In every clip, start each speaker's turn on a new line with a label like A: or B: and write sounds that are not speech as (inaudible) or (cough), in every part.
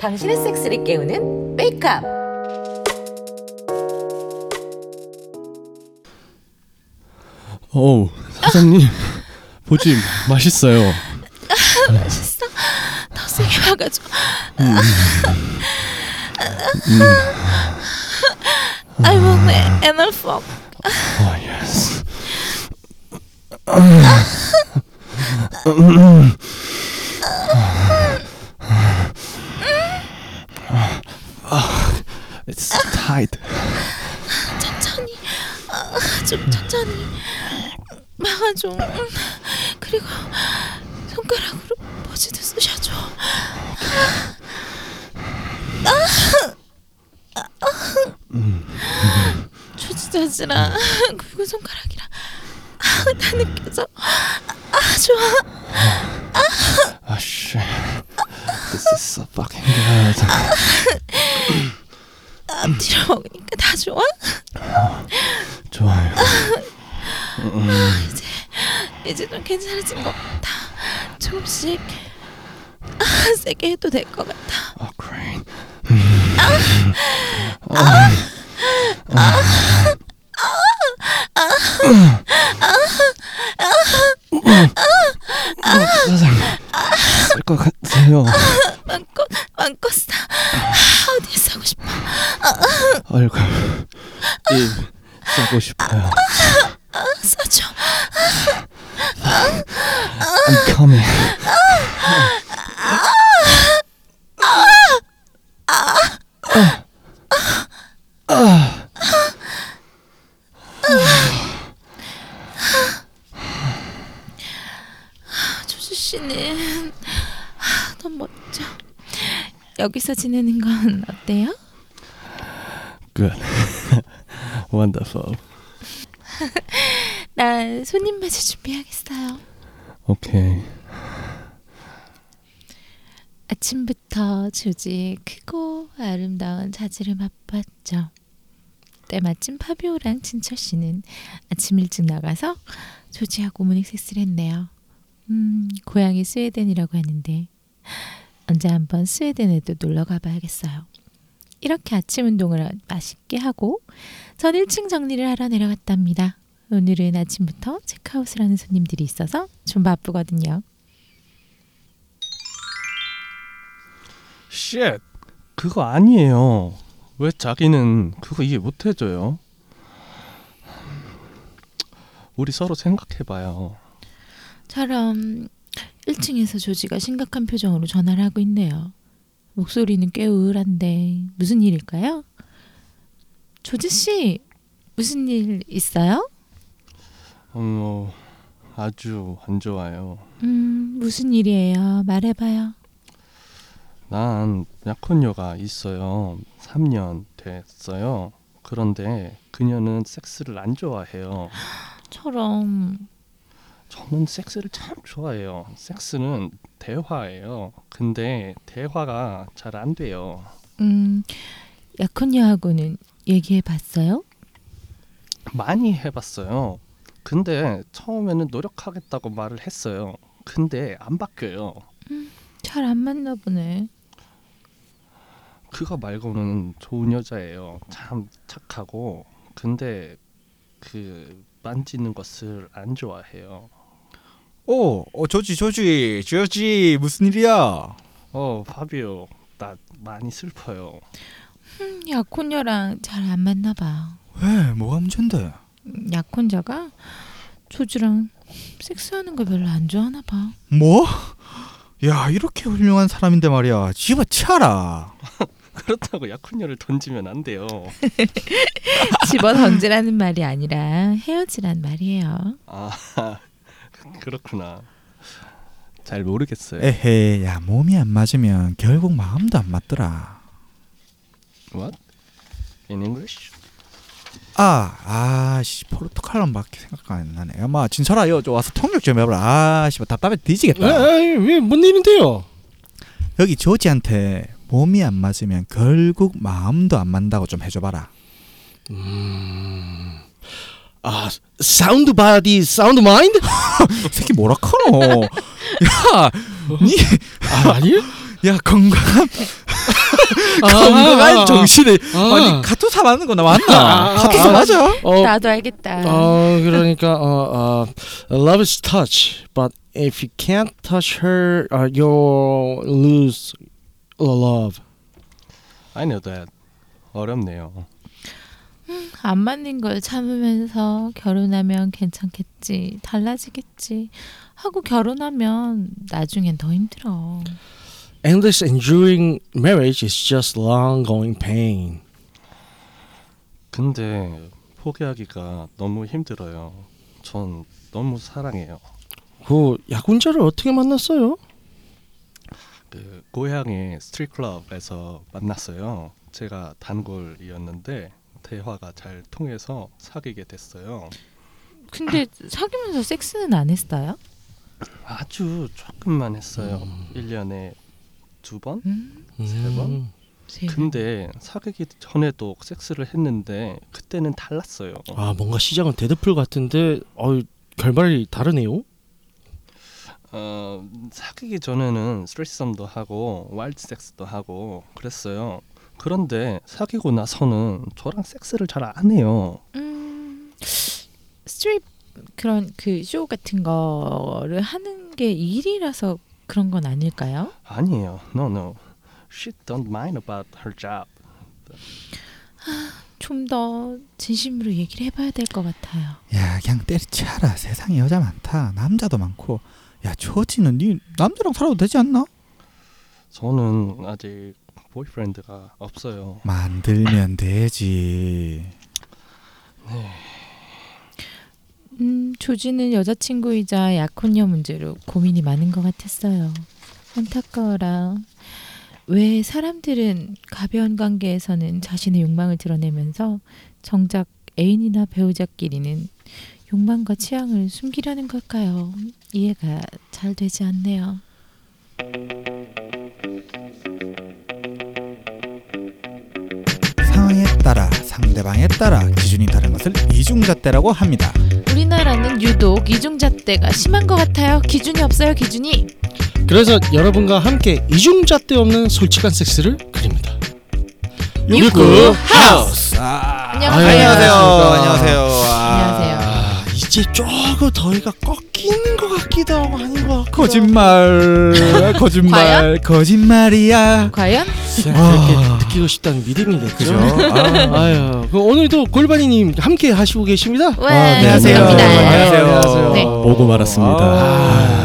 A: 당신의 섹스를 깨우는 메이크업.
B: 어우 (laughs) 사장님 보지 맛있어요.
C: 맛있어? 더 세게 박아줘. I want an anal fuck.
B: 어 예스. 아, It's tight.
C: 천천히. 아, 좀 천천히. 막아줘. 음. 그리고 손가락으로 포즈도 쓰셔줘. 아, 주지자지랑 굵은 손가락이랑 아, 다 느껴져. 아, 좋아.
B: Oh shit. This is so fucking good.
C: 앞뒤로 먹으니까 다 좋아?
B: 좋아요.
C: 이제 좀 괜찮아진 것 같아. 조금씩 아, 세게 해도 될 것 같아.
B: Oh great. 사장님 쓸것 같아요.
C: 마음껏 마음껏 싸. 아, 어디에 싸고 싶어?
B: 얼굴 입 싸고 싶어요.
C: 아, 싸줘.
B: I'm coming.
C: 아, 조주 씨는 아, 너무 멋져. 여기서 지내는 건 어때요?
B: Good. (laughs) Wonderful.
C: 나 손님 맞이 준비하겠어요.
B: Okay.
C: 아침부터 조지 크고 아름다운 자지를 맛봤죠. 때마침 파비오랑 진철 씨는 아침 일찍 나가서 조지하고 모닝 섹스를 했네요. 음, 고향이 스웨덴이라고 하는데 언제 한번 스웨덴에도 놀러 가봐야겠어요. 이렇게 아침 운동을 맛있게 하고 전 1층 정리를 하러 내려갔답니다. 오늘은 아침부터 체크아웃을 하는 손님들이 있어서 좀 바쁘거든요.
B: Shit. 그거 아니에요. 왜 자기는 그거 이해 못 해줘요? 우리 서로 생각해봐요.
C: 처럼 1층에서 조지가 심각한 표정으로 전화를 하고 있네요. 목소리는 꽤 우울한데 무슨 일일까요? 조지 씨 무슨 일 있어요?
B: 어머, 아주 안 좋아요.
C: 음 무슨 일이에요? 말해봐요.
B: 난 약혼녀가 있어요. 3년 됐어요. 그런데 그녀는 섹스를 안 좋아해요.
C: 처럼
B: 저는 섹스를 참 좋아해요. 섹스는 대화예요. 근데 대화가 잘 안 돼요.
C: 음 약혼녀하고는 얘기해봤어요?
B: 많이 해봤어요. 근데 처음에는 노력하겠다고 말을 했어요. 근데 안 바뀌어요.
C: 잘 안 맞나 보네.
B: 그거 말고는 좋은 여자예요. 참 착하고 근데 그 만지는 것을 안 좋아해요.
D: 오, 어, 조지, 조지, 조지, 무슨 일이야?
B: 어 파비오 나 많이 슬퍼요. (laughs)
C: 음, 약혼녀랑 잘 안 맞나 봐.
D: 왜, 뭐가 문제인데?
C: 음, 약혼자가 조지랑 섹스하는 걸 별로 안 좋아하나 봐.
D: 뭐? 야, 이렇게 훌륭한 사람인데 말이야. 집어치워라.
B: 그렇다고 약혼녀를 던지면 안 돼요.
E: (laughs)
C: 집어 던지라는 말이 아니라 헤어지란 말이에요.
B: 아 그렇구나. 잘 모르겠어요.
D: 에헤, 야, 몸이 안 맞으면 결국 마음도 안 맞더라.
B: What? In English?
D: 아, 아, 씨, 포르투갈어밖에 생각 안 나네. 아마 진철아, 여, 저 와서 통역 좀 해봐라. 아, 씨, 답답해
B: 네.
D: 뒤지겠다.
E: 왜뭔 일인데요?
D: 여기 조지한테 몸이 안 맞으면 결국 마음도 안 맞는다고 좀 해줘봐라.
F: 아 사운드 바디 사운드 마인드?
D: 새끼 뭐라 카노? 야, 니,
F: 아, 아니에요?
D: 야 건강한
F: 아,
D: 건강한
F: 아,
D: 정신을
F: 아,
D: 아니 카투사 맞는 거나 맞나?
F: 아,
D: 카투사
F: 아,
D: 맞아?
F: 어,
C: 나도 알겠다.
F: 어 그러니까 어, 어 love is touch but if you can't touch her uh, you'll lose the love
B: I know that. 어렵네요.
C: 안 맞는 걸 참으면서 결혼하면 괜찮겠지, 달라지겠지 하고 결혼하면 나중엔 더 힘들어.
F: endless enduring marriage is just long going pain
B: 근데 포기하기가 너무 힘들어요. 전 너무 사랑해요.
F: 그 약혼자를 어떻게 만났어요?
B: 그 고향의 스트릿 클럽에서 만났어요. 제가 단골이었는데 대화가 잘 통해서 사귀게 됐어요.
C: 근데 사귀면서 섹스는 안 했어요?
B: 아주 조금만 했어요. 1년에 두 번?
C: 음,
B: 세 번?
F: 음.
C: 세상에.
B: 근데 사귀기 전에도 섹스를 했는데 그때는 달랐어요.
F: 아 뭔가 시작은 데드풀 같은데 어 결말이 다르네요.
B: 어, 사귀기 전에는 스트레스썸도 하고 와일드 섹스도 하고 그랬어요. 그런데 사귀고 나서는 저랑 섹스를 잘 안 해요.
C: 음, 스트립 그런 그 쇼 같은 거를 하는 게 일이라서 그런 건 아닐까요?
B: 아니에요. No no. She don't mind about her job.
C: 좀 더 진심으로 얘기를 해봐야 될 것 같아요.
D: 야, 그냥 때려치워라. 세상에 여자 많다. 남자도 많고. 야, 조지는 니 남자랑 살아도 되지 않나?
B: 저는 아직 보이프렌드가 없어요.
D: 만들면 되지.
C: 음, 조지는 여자친구이자 약혼녀 문제로 고민이 많은 것 같았어요. 안타까워라. 왜 사람들은 가벼운 관계에서는 자신의 욕망을 드러내면서 정작 애인이나 배우자끼리는 욕망과 취향을 숨기려는 걸까요? 이해가 잘 되지 않네요.
D: 상황에 따라 상대방에 따라 기준이 다른 것을 이중잣대라고 합니다.
C: 우리나라는 유독 이중잣대가 심한 것 같아요. 기준이 없어요, 기준이.
F: 그래서 여러분과 함께 이중잣대 없는 솔직한 섹스를 그립니다.
C: 유쿠
F: 하우스.
C: 안녕하세요.
F: 아유,
C: 안녕하세요.
D: 안녕하세요.
F: 아 이제 조금 더위가 꺾이는 것 같기도 하고 아닌 것 같고.
D: 거짓말, 거짓말,
C: 과연?
D: 거짓말이야.
C: 과연?
F: 아. 그렇게 느끼고 싶다는 믿음이 됐죠.
D: 그죠? 아.
F: 아유, 그 오늘도 골반이님 함께 하시고 계십니다.
C: 와,
D: 아, 네,
C: 감사합니다.
D: 안녕하세요.
F: 안녕하세요.
C: 네.
G: 오고 말았습니다.
F: 아,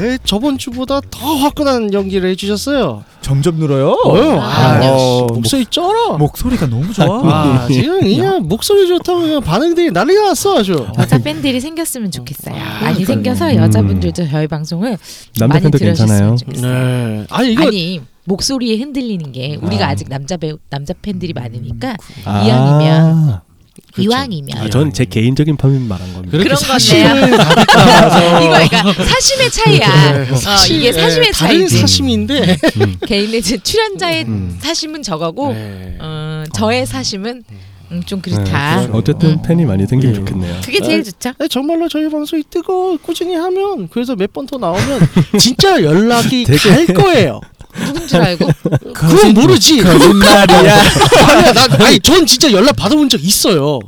F: 네, 저번 주보다 더 화끈한 연기를 해주셨어요.
D: 점점 늘어요.
F: 어휴,
D: 아,
F: 아, 뭐,
D: 어,
F: 역시 목소리 쩔어.
D: 목소리가 너무 좋아.
F: 아, 지금 그냥 목소리 좋다고 그냥 반응들이 난리가 났어 아주.
C: 여자 팬들이 생겼으면 좋겠어요. 많이
F: 그러니까요.
C: 생겨서 여자분들도 저희 방송을
G: 남자
C: 많이
G: 팬도
C: 들으셨으면
G: 괜찮아요.
C: 좋겠어요.
F: 네. 아니 이거
C: 아니 목소리에 흔들리는 게 우리가 아. 직 남자 배우 남자 팬들이 많으니까
G: 아,
C: 이왕이면.
F: 그렇죠.
C: 이왕이면
G: 아, 전 제 개인적인 파민 말한 겁니다.
F: 그렇게
C: 그런
F: 사심을
C: (laughs)
F: 가득
C: 이거 그러니까 사심의 차이야. 어,
F: 사심,
C: 이게 사심의
F: 네, 다른
C: 차이지.
F: 사심인데.
C: 개인의 제 출연자의 사심은 저거고
F: 네.
C: 어, 저의 사심은 음, 좀
B: 네,
C: 그렇다.
B: 그렇죠.
F: 그래요.
G: 네, 어쨌든
F: 음.
G: 팬이 많이 생기면
F: 예.
G: 좋겠네요.
C: 그게 제일 좋죠.
F: 네, 정말로 저희 방송이 뜨거 꾸준히 하면 그래서 몇 번 더
G: (laughs)
F: 나오면 진짜 연락이 갈 거예요.
C: 누군 줄 알고
F: 그건 모르지.
D: 거짓말이야.
F: 아니야, 나, 아니 전 진짜 연락 받아본 적 있어요.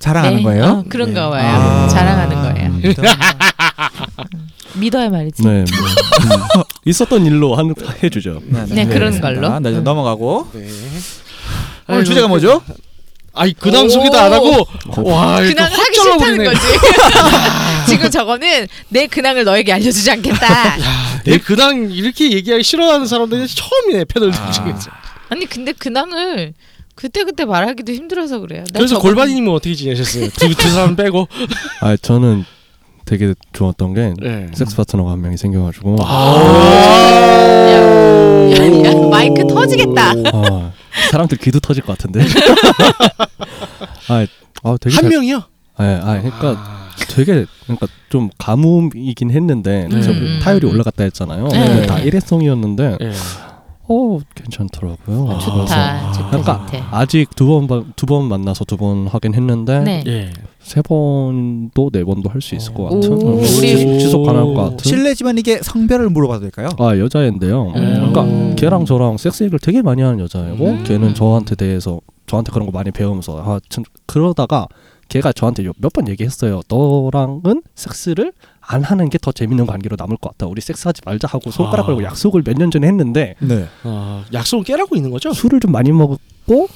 D: 자랑하는
C: 네,
D: 거예요?
C: 어, 그런가 봐요.
D: 아.
C: 자랑하는 거예요. 믿어야 말이지. (laughs)
G: 네, 뭐, 음. 있었던 일로 한 해주죠.
C: 네, 그런 걸로.
D: 나 이제 넘어가고. 아,
F: 네.
D: 오늘 주제가 뭐죠?
F: 아니 그당 소개도 안 하고
G: 어.
F: 와 이거
C: 근황을
F: 확
C: 하기 싫다는
F: 잘라버리네.
C: 거지. 지금 저거는 내 근황을 너에게 알려주지 않겠다.
F: 내 근황 이렇게 얘기하기 싫어하는 사람들이 처음이네 패널들
G: 아.
F: 중에서.
C: 아니 근데 근황을 그때 그때 말하기도 힘들어서 그래요. 나
F: 그래서
C: 저거-
F: 골반이님은 어떻게 지내셨어요? 두, 두 사람 빼고.
G: 아, 저는 되게 좋았던 게
F: 네.
G: 섹스 파트너가 한 명이 생겨가지고
F: 아.
B: 아,
C: 야, 야, 마이크 터지겠다.
G: 아, 사람들 귀도 터질
D: (laughs)
G: 것 같은데. 아, 아, 되게
F: 한
G: 잘,
F: 명이요?
G: 예, 아, 그러니까 되게 그러니까 좀 가뭄이긴 했는데
F: 네.
G: 저
C: 음.
G: 타율이 올라갔다 했잖아요.
C: 네.
G: 근데 다 일회성이었는데
F: 예.
B: 어 괜찮더라고요.
C: 아,
B: 그래서
C: 좋다. 좋다.
B: 약간
C: 좋다.
B: 아직 두번두 번 만나서 두 번 하긴 했는데
C: 네.
F: 예.
B: 세 번도 네 번도 할 수 있을 것 같은
H: 오,
B: 지-
H: 우리-
B: 지속 가능할 것 같은
D: 그 실례지만 이게 성별을 물어봐도 될까요?
B: 아 여자애인데요. 그러니까 걔랑 저랑 섹스 얘기를 되게 많이 하는 여자애고
C: 음.
B: 걔는 저한테 대해서 저한테 그런 거 많이 배우면서 아 참, 그러다가 걔가 저한테 몇 번 얘기했어요. 너랑은 섹스를 안 하는 게 더 재밌는 관계로 남을 것 같다. 우리 섹스하지 말자 하고 손가락
F: 아.
B: 걸고 약속을 몇 년 전에 했는데
D: 네.
F: 어, 약속을 깨라고 있는 거죠?
B: 술을 좀 많이 먹고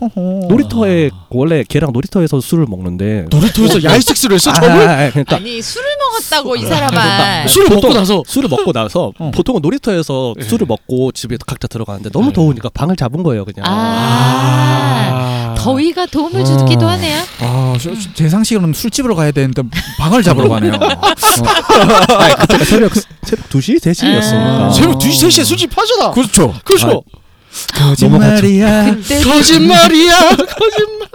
D: 호호.
B: 놀이터에 원래 걔랑 놀이터에서 술을 먹는데
F: 놀이터에서 야외 섹스를 했어?
B: 아,
F: 저걸?
B: 아, 아, 그러니까
H: 아니 술을 먹었다고 이 사람아.
F: 술을 먹고
B: 보통-
F: 나서
B: 술을 먹고 나서
D: 어.
B: 보통은 놀이터에서
F: 예.
B: 술을 먹고 집에 각자 들어가는데 너무
F: 예.
B: 더우니까 방을 잡은 거예요 그냥
C: 아. 더위가 도움을 주기도 하네요.
D: 아, 저- 저- 제 상식으로는 술집으로 가야 되는데 방을 잡으러 가네요.
B: 아니, 그때가 새벽 새벽 2시
C: 아.
B: 3시였으니까
F: 새벽 2시 3시에 술집 하잖아.
D: 그렇죠.
F: 그렇죠.
D: 거짓말이야.
H: 그때
F: (laughs) 거짓말이야.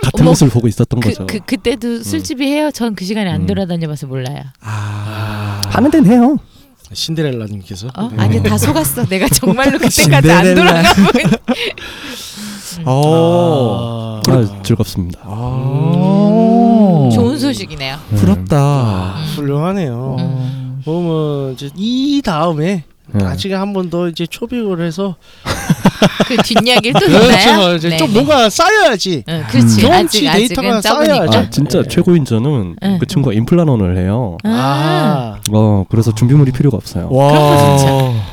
B: 같은
C: 어머.
B: 모습을 보고 있었던
C: 그,
B: 거죠
C: 그 그때도 술집이 해요. 전 그 시간에 안
B: 음.
C: 돌아다녀봐서 몰라요.
D: 아,
B: 하는 데는 해요
F: 신데렐라님께서 네.
C: 어? 아니 다 속았어. 내가 정말로 그때까지
D: 신데렐라.
C: 안 돌아가 본.
D: 어.
F: 아,
B: 아, 즐겁습니다
D: 아.
C: 좋은 소식이네요.
D: 부럽다.
F: 훌륭하네요.
C: 음.
F: 그러면 이제 이 다음에
B: 예.
F: 나중에 한 번 더 이제 초빙을 해서
C: 그 뒷이야기를 또
F: 그렇죠.
C: 듣나요?
F: 이제
C: 네,
F: 좀
C: 네.
F: 뭔가 쌓여야지.
C: 응, 그렇지.
F: 경험치
C: 아직
F: 데이터가
C: 아직은
F: 쌓여야죠.
C: 적으니까.
B: 아, 진짜 최고인 저는
C: 예.
B: 그 친구가 임플란원을 해요
C: 아,
F: 아,
B: 어 그래서 준비물이 필요가 없어요
D: 와.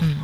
C: 음.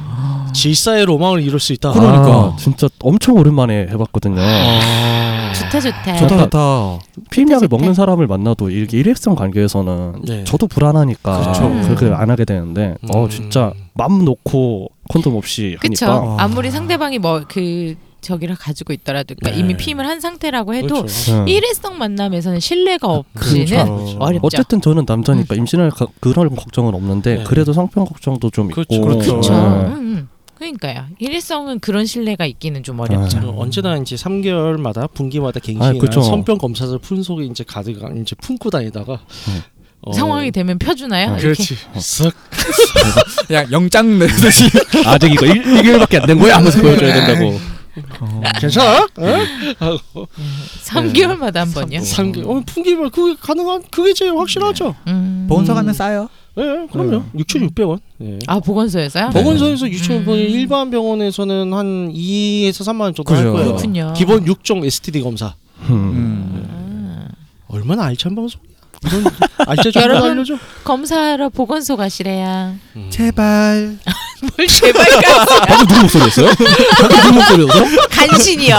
F: 질사의 로망을 이룰 수 있다.
D: 그러니까.
B: 아, 진짜 엄청 오랜만에 해봤거든요
F: 아.
C: 좋다 좋다.
D: 좋다
B: 약간-
D: 좋다.
B: 피임약을
C: 그때
B: 먹는 사람을 만나도 이렇게 일회성 관계에서는
F: 네.
B: 저도 불안하니까
D: 그렇죠.
C: 음.
B: 그렇게안 하게 되는데 어
F: 음.
B: 진짜 맘 놓고 콘돔 없이
C: 그쵸.
F: 그러니까. 어.
B: 하니까
C: 아무리 상대방이 뭐 그 저기를 가지고 있더라도 그러니까
F: 네.
C: 이미 피임을 한 상태라고 해도
F: 그렇죠. 음,
B: 네.
C: 일회성 만남에서는 신뢰가
D: 아.
C: 없이는
F: 그렇죠.
B: 아,
C: 어렵죠. 음.
B: 어쨌든 저는 남자니까 임신할 가- 그런 걱정은 없는데
F: 네.
B: 그래도 성병 걱정도 좀 있고
F: 그렇죠. 그렇죠.
C: 그렇죠.
B: 네.
C: 음, 음. 그러니까요. 일회성은 그런 신뢰가 있기는 좀 어렵죠.
B: 네.
F: 어, 언제나 이제 3개월마다 분기마다 갱신이나
B: 아, 그렇죠.
F: 성병 검사를 푼 속에 이제 가득 이제 품고 다니다가
B: 음.
F: 어, 음,
C: 상황이 되면 펴주나요? 이렇게? (laughs)
F: 그렇지. 쓱
D: 야, 영장 내듯이.
B: (laughs) 아직 이거 1, 2개월밖에 안 된 거야 하면서
C: 네,
B: 보여줘야 된다고
F: 괜찮아? 어?
C: 3개월마다 한 번요.
F: 네. 3개. 어, 분기별 그게 가능한 그게 제일 확실하죠.
C: 음.
D: 본사 가면 싸요.
F: 예, 그럼요. 6,600원. 예.
C: 아 보건소에서요?
F: 보건소에서 6,600원,
C: 음.
F: 일반 병원에서는 한 2에서 3만 원 정도
D: 그죠.
F: 할 거예요.
C: 그렇군요.
F: 기본 6종 STD 검사.
B: 음.
F: 얼마나 알찬 방송이야. 이런 알짜 정보
C: 여러분.
F: 알려줘.
C: 검사하러 보건소 가시래야.
D: 제발.
C: 뭘 제발 가
B: 방금 누구 목소리였어요?
G: (laughs)
B: 방금 누구
C: (laughs)
B: 목소리였어?
C: 간신이요.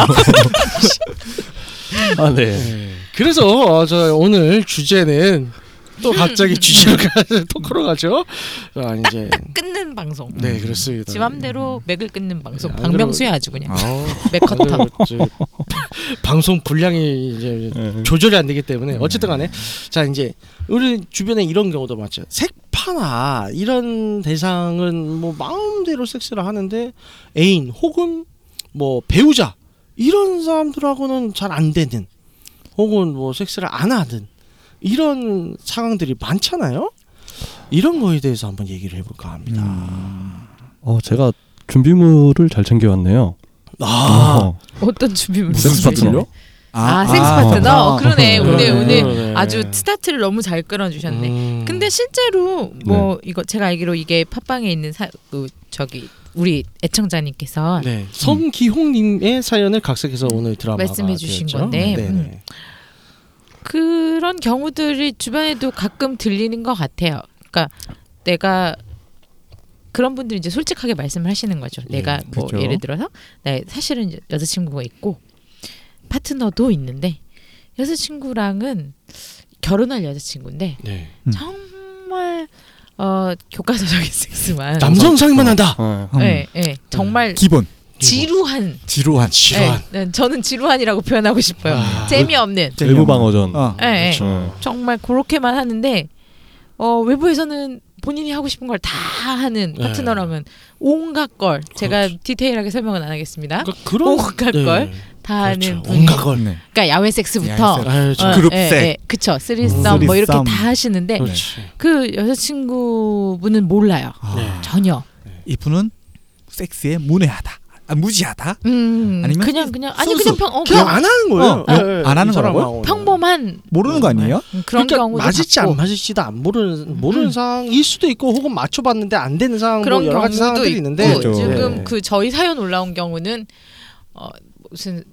B: 아 네.
F: 예. 그래서 어, 저 오늘 주제는
C: 음.
F: 또
C: (laughs)
F: 갑자기 주제로 가- 토크로 가죠. 아, 이제
C: 끊는 방송.
F: 네
C: 음.
F: 그렇습니다.
C: 지 맘대로 맥을 끊는 방송.
F: 네, 안 아,
C: 박명수야 아주 그냥. 맥커터.
F: 오늘 저 (laughs) 방송 분량이 이제 조절이 안 되기 때문에 어쨌든 간에 자 이제 우리 주변에 이런 경우도 많죠 색파나 이런 대상은 뭐 마음대로 섹스를 하는데 애인 혹은 뭐 배우자 이런 사람들하고는 잘 안 되는 혹은 뭐 섹스를 안 하든 이런 상황들이 많잖아요 이런 거에 대해서 한번 얘기를 해볼까 합니다
B: 어 제가 준비물을 잘 챙겨왔네요.
F: 아
B: 어,
C: 어떤 준비물?
B: 섹스 파트너?
C: 아, 섹스 파트너. 그러네.
F: 네,
C: 오늘
F: 네,
C: 오늘
F: 네.
C: 아주 스타트를 너무 잘 끌어주셨네.
F: 음.
C: 근데 실제로 뭐 이거 제가 알기로 이게 팟빵에 있는 사, 그 저기 우리 애청자님께서
F: 네. 성기홍님의 사연을 각색해서 오늘
C: 음.
F: 드라마가
C: 말씀해 주신
F: 되었죠.
C: 건데,
F: 네네.
C: 음. 그런 경우들이 주변에도 가끔 들리는 것 같아요. 그러니까 내가 그런 분들이 이제 솔직하게 말씀을 하시는 거죠. 내가 뭐
D: 그죠.
C: 예를 들어서 나 사실은 이제 여자친구가 있고 파트너도 있는데 여자친구랑은 결혼할 여자친구인데
F: 네.
D: 음.
C: 정말 어 교과서적인 섹스만
F: 남성 상만 한다.
B: 어.
C: 예, 예. 정말
D: 음. 기본.
C: 지루한
D: 음. 지루한.
F: 지루한.
C: 예, 네, 저는 지루한이라고 표현하고 싶어요. 재미없는.
B: 외부 방어전.
D: 어.
C: 예, 예.
B: 어.
C: 정말 그렇게만 하는데 어, 외부에서는 본인이 하고 싶은 걸 다 하는
F: 네.
C: 파트너랑은 온갖 걸 제가 디테일하게 설명은 안 하겠습니다.
F: 그러니까 그런
C: 온갖 걸. 다 하는
F: 그렇죠.
C: 분.
F: 온갖 걸. 그렇죠.
D: 네.
C: 그러니까 야외 섹스부터
D: 야외
F: 아유, 저-
C: 어,
D: 그룹
C: 예,
D: 섹.
C: 예. 그쵸 쓰리썸 뭐 이렇게
D: 쓰리썸.
C: 다 하시는데
F: 그렇지.
C: 그 여자친구분은 몰라요
D: 아,
F: 네.
C: 전혀
D: 이분은 섹스에 문외하다. 아, 무지하다?
C: 음,
D: 아니면
C: 그냥 그냥 아니
F: 소수.
C: 그냥 평 어,
F: 그냥
C: 그냥
F: 안 하는 거예요. 네.
D: 어, 안 하는 거라고요?
C: 평범한
D: 모르는 거 아니에요?
C: 그런
F: 그러니까
C: 경우도
F: 맞을지
C: 봤고.
F: 안 맞을지도 안 모르는 모르는
C: 음.
F: 상황일 수도 있고 혹은 맞춰봤는데 안 되는 상황
C: 그런
F: 뭐 여러 가지
C: 경우도
F: 상황들이
C: 있고
F: 있는데
D: 그렇죠.
C: 지금
F: 네.
C: 그 저희 사연 올라온 경우는 어, 무슨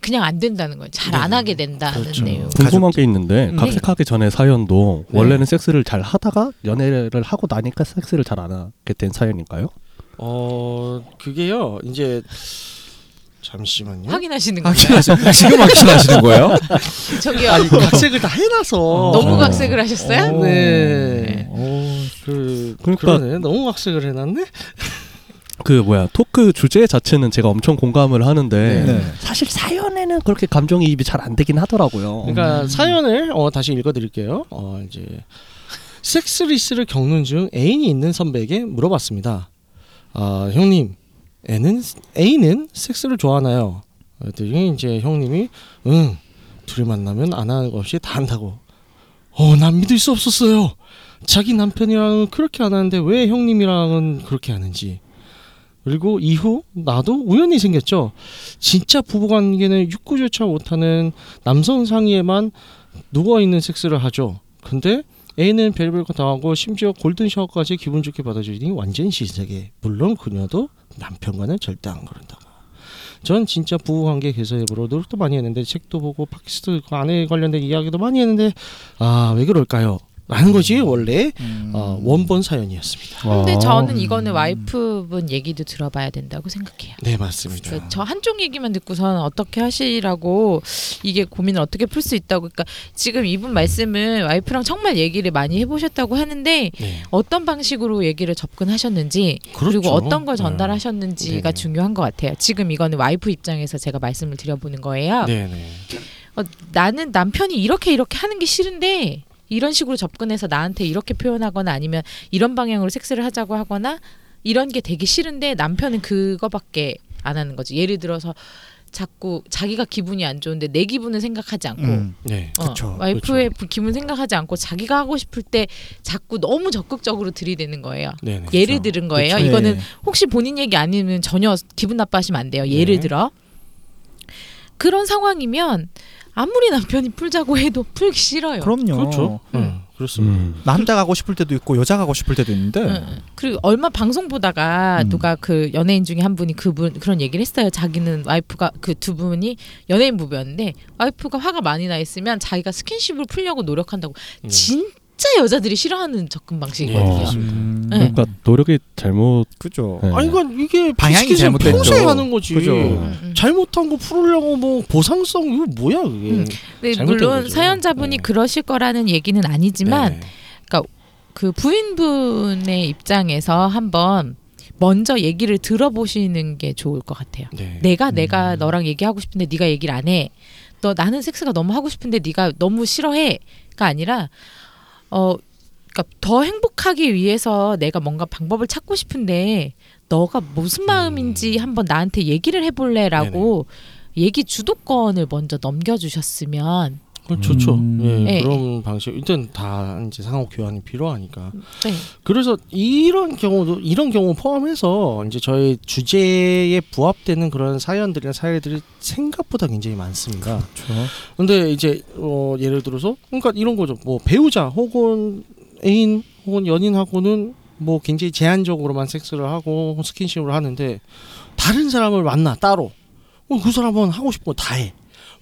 C: 그냥 안 된다는 거예요. 잘 안 하게 된다는
F: 그렇죠.
C: 내용.
B: 궁금한 게 있는데
D: 음.
B: 각색하기 전에 사연도
F: 네.
B: 원래는 섹스를 잘 하다가 연애를 하고 나니까 섹스를 잘 안 하게 된 사연인가요?
F: 어 그게요 이제 잠시만요.
C: 확인하시는 거예요.
D: 확신하시, 지금 확신하시는 거예요?
C: (laughs) 저기요.
F: 아니 각색을 다 해놔서
C: 너무
B: 어.
C: 각색을 하셨어요?
F: 어. 네.
D: 오,
F: 그
B: 그러니까-
F: 그러네 너무 각색을 해놨네.
B: 그 뭐야 토크 주제 자체는 제가 엄청 공감을 하는데
D: 네.
B: 사실 사연에는 그렇게 감정이입이 잘 안 되긴 하더라고요.
F: 그러니까 사연을 어, 다시 읽어드릴게요. 어, 이제 섹스리스를 겪는 중 애인이 있는 선배에게 물어봤습니다. 아 형님, 애는 애인은 섹스를 좋아하나요? 그랬더니 이제 형님이 응 둘이 만나면 안 하는 것 없이 다 한다고. 어난 믿을 수 없었어요. 자기 남편이랑은 그렇게 안 하는데 왜 형님이랑은 그렇게 하는지. 그리고 이후 나도 우연히 생겼죠. 진짜 부부관계는 육구조차 못하는 남성 상의에만 누워 있는 섹스를 하죠. 근데 A는 별별 거 당하고 심지어 골든 샤워까지 기분 좋게 받아주니 완전 신세계. 물론 그녀도 남편과는 절대 안 그런다고. 전 진짜 부부 관계 개선해보러 노력도 많이 했는데 책도 보고 팟캐스트 그 아내 관련된 이야기도 많이 했는데 아 왜 그럴까요? 라는 것이 원래 어, 원본 사연이었습니다.
C: 근데 저는 이거는 와이프분 얘기도 들어봐야 된다고 생각해요.
F: 네 맞습니다.
C: 그저 한쪽 얘기만 듣고선 어떻게 하시라고 이게 고민을 어떻게 풀 수 있다고 그러니까 지금 이분 말씀은 와이프랑 정말 얘기를 많이 해보셨다고 하는데
F: 네. 그렇죠.
C: 어떤 방식으로 얘기를 접근하셨는지 그리고
D: 그렇죠.
C: 어떤
F: 네.
D: 네.
C: 걸 전달하셨는지가
F: 네네.
C: 중요한 것 같아요. 지금 이거는 와이프 입장에서 제가 말씀을 드려보는 거예요.
F: 네네.
C: 어, 나는 남편이 이렇게 이렇게 하는 게 싫은데 이런 식으로 접근해서 나한테 이렇게 표현하거나 아니면 이런 방향으로 섹스를 하자고 하거나 이런 게 되게 싫은데 남편은 그거밖에 안 하는 거지. 예를 들어서 자꾸 자기가 기분이 안 좋은데 내 기분은 생각하지 않고
D: 음.
F: 네.
C: 어,
D: 그쵸,
C: 와이프의 기분 생각하지 않고 자기가 하고 싶을 때 자꾸 너무 적극적으로 들이대는 거예요.
F: 네네.
C: 예를 들은 거예요.
F: 그렇죠.
D: 그쵸.
C: 이거는
D: 네.
C: 혹시 본인 얘기 아니면 전혀 기분 나빠하시면 안 돼요. 예를
F: 네.
C: 들어 그런 상황이면 아무리 남편이 풀자고 해도 풀기 싫어요.
D: 그럼요.
F: 그렇죠. 음, 그렇습니다.
B: 음.
D: 남자 가고 싶을 때도 있고 여자 가고 싶을 때도 있는데
C: 응. 그리고 얼마 방송 보다가
D: 음.
C: 누가 그 연예인 중에 한 분이 그분 그런 얘기를 했어요. 자기는 와이프가 그 두 분이 연예인 부부였는데 와이프가 화가 많이 나 있으면 자기가 스킨십으로 풀려고 노력한다고
F: 네.
C: 진짜 여자들이 싫어하는 접근
F: 네,
C: 방식이거든요.
F: 그렇습니다.
D: 음,
B: 그러니까 노력이 잘못
D: 그죠.
B: 네.
F: 아니 그러니까 이게
D: 방향이
F: 방향이
D: 잘못됐죠.
F: 평소에 하는 거지.
D: 그죠.
C: 음, 음.
F: 잘못한 거 풀으려고 뭐 보상성 이거 뭐야 그게.
C: 음, 네,
F: 잘못된
C: 물론
F: 거죠.
C: 사연자분이
F: 네.
C: 그러실 거라는 얘기는 아니지만
F: 네.
C: 그 부인분의 입장에서 한번 먼저 얘기를 들어보시는 게 좋을 것 같아요.
F: 네.
C: 내가 내가 너랑 얘기하고 싶은데 네가 얘기를 안 해. 너 나는 섹스가 너무 하고 싶은데 네가 너무 싫어해가 아니라 어 그러니까 더 행복하기 위해서 내가 뭔가 방법을 찾고 싶은데 너가 무슨 마음인지 한번 나한테 얘기를 해볼래라고 얘기 주도권을 먼저 넘겨주셨으면
F: 그건 좋죠.
D: 음.
F: 예,
C: 네.
F: 그런 방식 일단 다 이제 상호 교환이 필요하니까.
C: 네.
F: 그래서 이런 경우도 이런 경우 포함해서 이제 저희 주제에 부합되는 그런 사연들이나 사례들이 생각보다 굉장히 많습니다.
D: 그렇죠.
F: 근데 이제 어 예를 들어서 그러니까 이런 거죠. 뭐 배우자 혹은 애인 혹은 연인하고는 뭐 굉장히 제한적으로만 섹스를 하고 스킨십을 하는데 다른 사람을 만나 따로 어, 그 사람은 하고 싶은 거 다 해.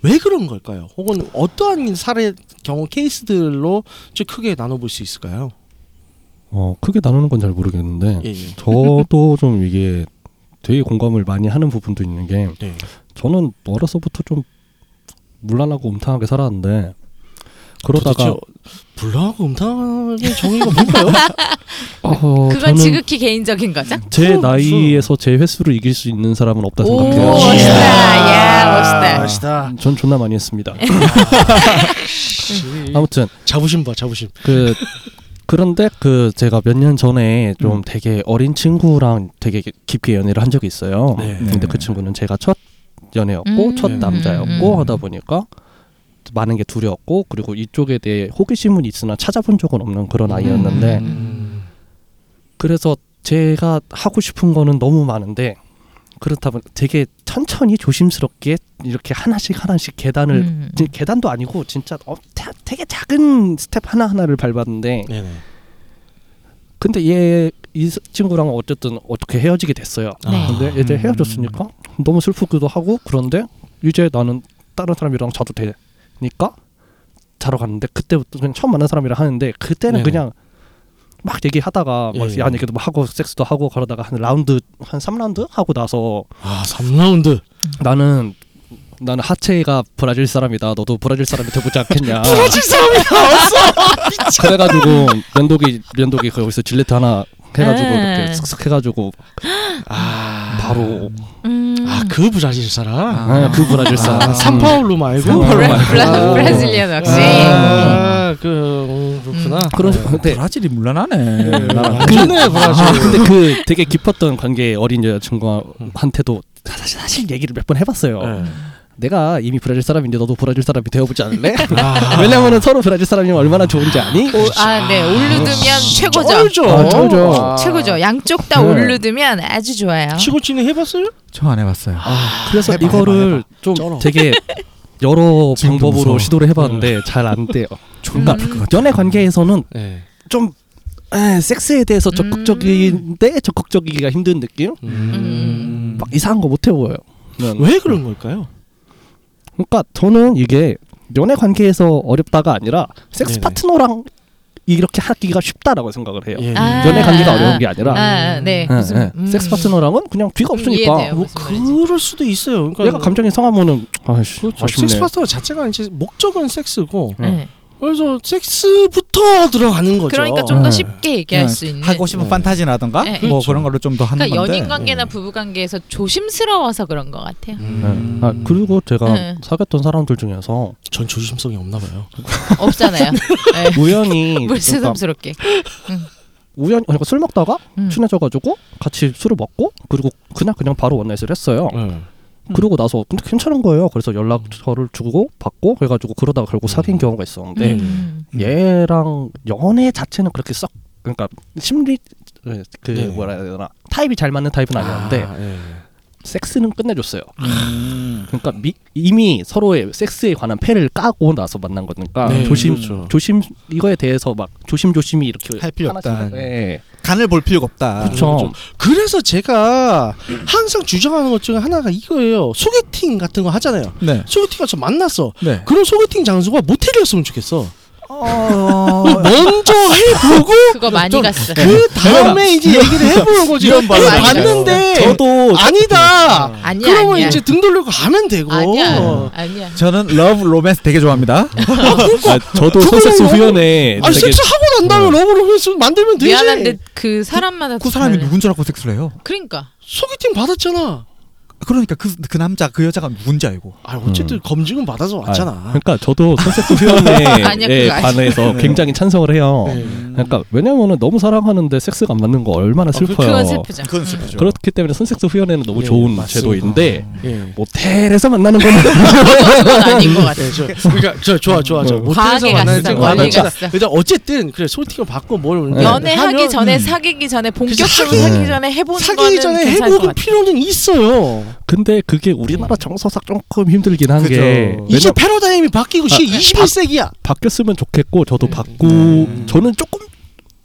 F: 왜 그런 걸까요? 혹은 어떠한 사례 경우 케이스들로 좀 크게 나눠볼 수 있을까요?
B: 어, 크게 나누는 건 잘 모르겠는데
F: 예, 예.
B: 저도 좀 이게 되게 공감을 많이 하는 부분도 있는 게
F: 네.
B: 저는 어려서부터 좀 물란하고 음탕하게 살았는데 그러다가
F: 도대체 불나하고 음탕의 정의가 뭘까요?
B: 어, 음.
C: 그건 지극히 개인적인 거죠.
B: 제 나이에서 제 횟수로 이길 수 있는 사람은 없다
C: 오
B: 생각해요.
C: 예, 멋있다, 야 멋있다.
F: 멋있다.
B: 전 존나 많이 했습니다. (laughs) 아무튼
F: 자부심 봐, 자부심.
B: 그 그런데 그 제가 몇 년 전에 좀
F: 음.
B: 되게 어린 친구랑 되게 깊게 연애를 한 적이 있어요.
F: 네.
B: 근데 그 친구는 제가 첫 연애였고
C: 음.
B: 첫
F: 네.
B: 남자였고
F: 음.
B: 하다 보니까 많은 게 두려웠고 그리고 이쪽에 대해 호기심은 있으나 찾아본 적은 없는 그런 아이였는데
D: 음.
F: 음.
B: 그래서 제가 하고 싶은 거는 너무 많은데 그렇다 보니 되게 천천히 조심스럽게 이렇게 하나씩 하나씩 계단을
I: 음.
B: 진- 계단도 아니고 진짜 어, 태- 되게 작은 스텝 하나 하나를 밟았는데
F: 네네.
B: 근데 얘 이 친구랑 어쨌든 어떻게 헤어지게 됐어요.
I: 네.
B: 아.
F: 아,
B: 근데 얘들
D: 음.
B: 헤어졌으니까 너무 슬프기도 하고 그런데 이제 나는 다른 사람이랑 자도 되니까 자러 갔는데 그때부터 그냥 처음 만난 사람이랑 하는데 그때는
F: 네네.
B: 그냥 막 얘기하다가 막
F: 예,
B: 야한
F: 예.
B: 얘기도 막 하고 섹스도 하고 그러다가 한 라운드 한 3라운드 하고 나서
F: 아 3라운드.
B: 나는 나는 하체가 브라질 사람이다. 너도 브라질 사람이 되고 있지 않겠냐. (laughs) 그래가지고 면도기 면도기 거기서 질레트 하나 해가지고
I: 에.
B: 이렇게 슥슥 해가지고
F: 아
B: 바로
I: 음.
F: 아그 브라질 사람.
B: 아, 그 브라질 사람.
F: 아, 산파울루 말고.
B: 산파울루 말고.
F: 아.
C: 브라, 브라질리언 역시.
F: 아, 그 음, 그렇구나.
B: 그런
F: 네.
B: 근데
D: 브라질이 물란하네. 나라.
F: 그네 브라질.
B: 아, 근데 그 되게 깊었던 관계 어린 여자친구한테도 사실 사실 얘기를 몇 번 해봤어요.
F: 네.
B: 내가 이미 브라질 사람인데 너도 브라질 사람이 되어보지 않을래?
F: 아.
B: 왜냐면은 서로 브라질 사람이 얼마나 좋은지 아니?
C: 오, 아, 네. 올르드면 최고죠.
F: 쩔죠.
B: 아, 쩔죠.
F: 아.
C: 최고죠.
I: 양쪽 다
B: 네.
I: 올르드면 아주 좋아요.
F: 치고치는 해봤어요?
D: 저안 해봤어요.
B: 그래서
D: 해봐, 해봐,
B: 이거를
D: 해봐.
B: 좀
F: 쩔어.
B: 되게
F: (laughs)
B: 여러
D: 지금도
B: 방법으로
D: 무서워.
B: 시도를
F: 어.
B: 해봤는데 잘 안 돼요. 음.
D: 존나 아플 것 같아.
B: 연애 관계에서는
F: 네.
B: 좀 에, 섹스에 대해서 적극적인데 적극적이기가 힘든 느낌?
F: 음. 네,
B: 막 이상한 거 못 해보여요.
F: 왜 그런 걸까요?
B: 그러니까 저는 이게 연애 관계에서 어렵다가 아니라 섹스
F: 네네.
B: 파트너랑 이렇게 하기가 쉽다라고 생각을 해요.
F: 예.
I: 아.
B: 네. 연애 관계가 어려운 게 아니라
I: 아, 네.
B: 예,
I: 무슨,
B: 예.
I: 음.
B: 섹스 파트너랑은 그냥
C: 음,
B: 뒤가 없으니까
C: 이해돼요.
F: 뭐
C: 무슨 말인지.
F: 그럴 수도 있어요. 그러니까
B: 얘가 감정이 성하면은 아이씨
F: 그렇죠.
B: 아쉽네.
F: 섹스 파스터 자체가 이제 목적은 섹스고
I: 네.
F: 그래서 섹스부터 들어가는 거죠.
C: 그러니까 좀 더
B: 네.
C: 쉽게 얘기할 수 있는.
D: 하고 싶은
F: 네.
D: 판타지라던가
C: 네.
D: 뭐
F: 그렇죠.
D: 그런 걸로 좀 더 하는
C: 그러니까
D: 건데.
C: 연인 관계나 부부 관계에서 조심스러워서 그런 것 같아요.
F: 음.
B: 네. 아, 그리고 제가
C: 네.
B: 사귀었던 사람들 중에서
F: 전 조심성이 없나 봐요.
C: 없잖아요. 네.
B: 우연히 그러니까
C: 물새삼스럽게.
B: 우연히 그러니까 술 먹다가
I: 음.
B: 친해져가지고 같이 술을 먹고 그리고 그날 그냥 바로 원나잇을 했어요.
F: 네.
B: 그러고 나서 근데 괜찮은 거예요. 그래서 연락처를 주고 받고 해가지고 그러다가 결국 사귄 경우가 있었는데
I: 음.
B: 얘랑 연애 자체는 그렇게 썩 그러니까 심리 그
F: 네.
B: 뭐라 해야 되나 타입이 잘 맞는 타입은 아니었는데
F: 아, 예.
B: 섹스는 끝내줬어요.
D: 음.
B: 그러니까 미, 이미 서로의 섹스에 관한 패를 까고 나서 만난 거니까
F: 네,
B: 아, 조심
F: 그렇죠.
B: 조심 이거에 대해서 막 조심 조심히 이렇게
D: 할 필요
B: 하나씩
D: 없다.
B: 네.
D: 간을 볼 필요가 없다.
B: 그렇죠.
F: 아, 그래서 제가 항상 주장하는 것 중에 하나가 이거예요. 소개팅 같은 거 하잖아요.
D: 네.
F: 소개팅 가서 만났어.
D: 네.
F: 그런 소개팅 장소가 모텔이었으면 좋겠어.
D: 어,
F: 먼저
B: (laughs)
F: 해보고
C: 그거 많이 갔어.
F: 네.
B: 네.
F: 그 다음에 이제 얘기를 해보는 거지.
D: 이런 말은
F: 해봤는데
B: 저도
F: 아니다.
C: 아니야.
F: 그러면
C: 아니야.
F: 이제 등 돌리고 가면 되고.
C: 아니야. 아니야.
D: (laughs) 저는 러브 로맨스 되게 좋아합니다.
B: 아, 저도
F: 그거는
B: 소섹스
F: 너무-
B: 후연에
F: 아
B: 예, 되게 어.
F: 섹스하고 난 다음에 러브로 해서 만들면 되지.
C: 미안한데 그 사람마다
D: 그 사람이
C: 달라.
D: 누군 줄 알고 섹스를 해요.
C: 그러니까
F: 소개팅 받았잖아.
D: 그러니까 그 그 남자 그 여자가 누군지 알고.
F: 아 어쨌든
B: 음.
F: 검증은 받아서 왔잖아.
B: 그러니까 저도 소섹스 후연에
C: (laughs) 아니야,
B: 예,
C: 그거 아니야.
B: 반해서 굉장히 찬성을 해요.
F: 네.
B: 그러니까 왜냐면은 너무 사랑하는데 섹스가 안 맞는 거 얼마나 슬퍼요.
C: 어, 그건 슬프죠.
D: 그건 슬프죠.
B: 그렇기 때문에 선섹스 후연에는 너무
F: 예,
B: 좋은
F: 맞습니다.
B: 제도인데
C: (laughs)
F: 예.
B: 모텔에서 만나는
F: (laughs)
B: 거는
C: 그건 아닌 것 같아.
F: 네, 저, 그러니까 저
B: 어,
F: 좋아 좋아 좋아
B: 뭐,
F: 모텔에서
C: 과하게
F: 만나는
C: 갔어,
F: 거
C: 과하게
F: 아니잖아.
C: 갔어.
F: 일단 어쨌든 그래 소개팅을 받고 뭘
B: 네.
C: 연애하기
F: 하면 음.
C: 전에 사귀기 전에 본격적으로
F: 사귀-
C: 사귀기 전에 해보는
F: 사귀기
C: 거는
F: 전에
C: 괜찮을 것
F: 해보는
C: 같아.
F: 필요는 있어요.
B: 근데 그게 우리나라 정서상 조금 힘들긴 한
D: 그죠.
B: 게
F: 이제
B: 왜냐
F: 패러다임이 바뀌고 시
B: 아,
F: 21세기야.
B: 바뀌었으면 좋겠고 저도
C: 네.
B: 바꾸
F: 네.
B: 저는 조금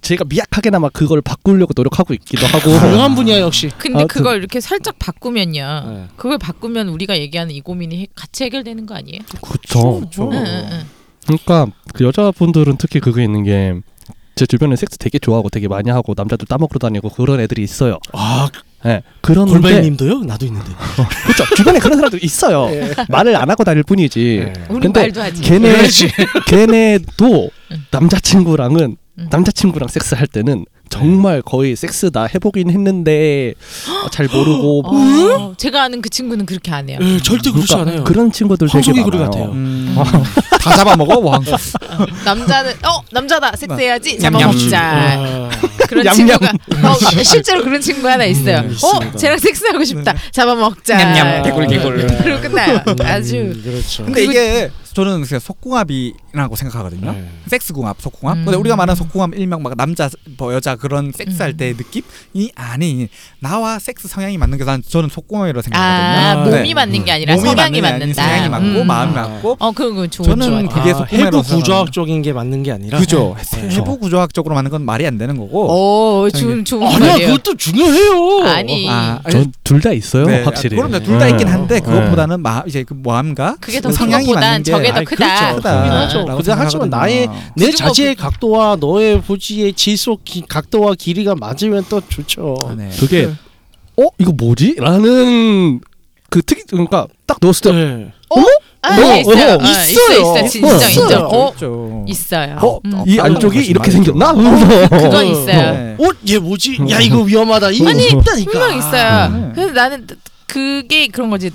B: 제가 미약하게나마 그걸 바꾸려고 노력하고 있기도 하고
F: 뭐, 고용한 분이야 역시.
C: 근데
B: 아,
C: 그걸 이렇게 살짝 바꾸면요.
F: 네.
C: 그걸 바꾸면 우리가 얘기하는 이 고민이 해- 같이 해결되는 거 아니에요?
F: 어.
B: 그렇죠.
C: 응, 응, 응.
B: 그러니까 그 여자분들은 특히 그게 있는 게. 제 주변에 섹스 되게 좋아하고 되게 많이 하고 남자들 따먹으러 다니고 그런 애들이 있어요.
F: 아
B: 예. 그런데
F: 골반님도요? 나도 있는데.
B: (laughs) 그렇죠. 주변에 그런 사람도 있어요.
C: 예.
B: 말을 안 하고 다닐 뿐이지.
F: 예. 네.
C: 우리
B: 근데
C: 말도 하지.
B: 걔네 걔네도
C: 응.
B: 남자친구랑은
C: 응.
B: 남자친구랑 섹스할 때는 정말 거의 섹스 나 해보긴 했는데 어, 잘 모르고
C: 어, 제가 아는 그 친구는 그렇게 안 해요.
F: 예, 절대 그렇지
B: 그러니까
F: 않아요.
B: 그런 친구들 되게
F: 황소개구리
B: 많아요.
F: 같아요.
D: 음. 다 잡아먹어 뭐 왕.
C: 남자는 어
F: 네.
C: 남자다 섹스해야지
D: 냠냠.
C: 잡아먹자
F: 아,
C: 그런
B: 냠냠.
C: 친구가 어, (laughs) 실제로 그런 친구 하나 있어요.
F: 음, 있습니다. 네.
C: 어 쟤랑 섹스하고 싶다 잡아먹자
F: 개굴, 개굴.
C: 그리고 끝나요. 아주
F: 음, 그렇죠.
D: 근데 이게 저는 그냥 속궁합이라고 생각하거든요.
F: 네.
D: 섹스 궁합, 속궁합. 근데
C: 음.
D: 우리가 말하는 속궁합 일명 막 남자 뭐 여자 그런 섹스할 때의 느낌이 아니 나와 섹스 성향이 맞는 게 난 저는 속궁합이라고 생각하거든요.
C: 아,
F: 아,
C: 몸이
D: 네.
C: 맞는 게 아니라
D: 몸이
C: 성향이
D: 맞는 게 아닌
C: 맞는다.
D: 성향이 맞고
C: 음.
D: 마음이 맞고
C: 어, 그건 그건 좋은
D: 저는
C: 것 같아요.
D: 그게
F: 아, 해부
D: 속궁합으로서는-
F: 구조학적인 게 맞는 게 아니라
D: 그죠.
F: 네.
D: 해부 구조학적으로 맞는 건 말이 안 되는
C: 어,
D: 거고.
C: 오, 좋은 좋은
F: 아니야
C: 말이에요.
F: 그것도 중요해요.
C: 아니.
D: 아, 아니,
G: 전둘 다 있어요,
D: 네,
B: 아,
G: 확실히.
D: 그럼 둘다 있긴
G: 네.
D: 한데
G: 네.
D: 그것보다는 마, 이제 그 마음과
C: 그게 더
D: 성향이
C: 그것보단
D: 맞는 게
C: 저게 더
F: 아니,
C: 크다.
F: 그렇죠.
D: 크다.
F: 크긴 하죠.
D: 라고
F: 근데 하지만
D: 생각하거든요.
F: 나의 내
C: 수줍어
F: 자체의 각도와 너의 보지의 질소 기, 각도와 길이가 맞으면 또 좋죠.
D: 아, 네.
G: 그게 어 이거 뭐지? 라는 그 특이 그러니까 딱 넣었을 때
F: 네.
C: 아,
G: 어,
C: 있어요.
G: 어,
C: 아, 있어,
G: 있어요.
C: 있어, 진정,
G: 어,
C: 인정.
D: 있죠,
C: 어,
D: 있죠.
C: 있어요.
G: 어,
C: 음.
G: 이
B: 아,
D: 다른
G: 안쪽이
D: 거지,
G: 이렇게
D: 맞죠.
G: 생겼나? (laughs)
C: 그건
F: 어. 그러니까.
C: 있어요.
D: 네.
F: 어, 얘 뭐지?
D: (laughs)
F: 야 이거 위험하다. 이거
C: 아니,
F: 있다니까.
C: 분명 있어요.
D: 네.
C: 그래서 나는 그게 그런 거지.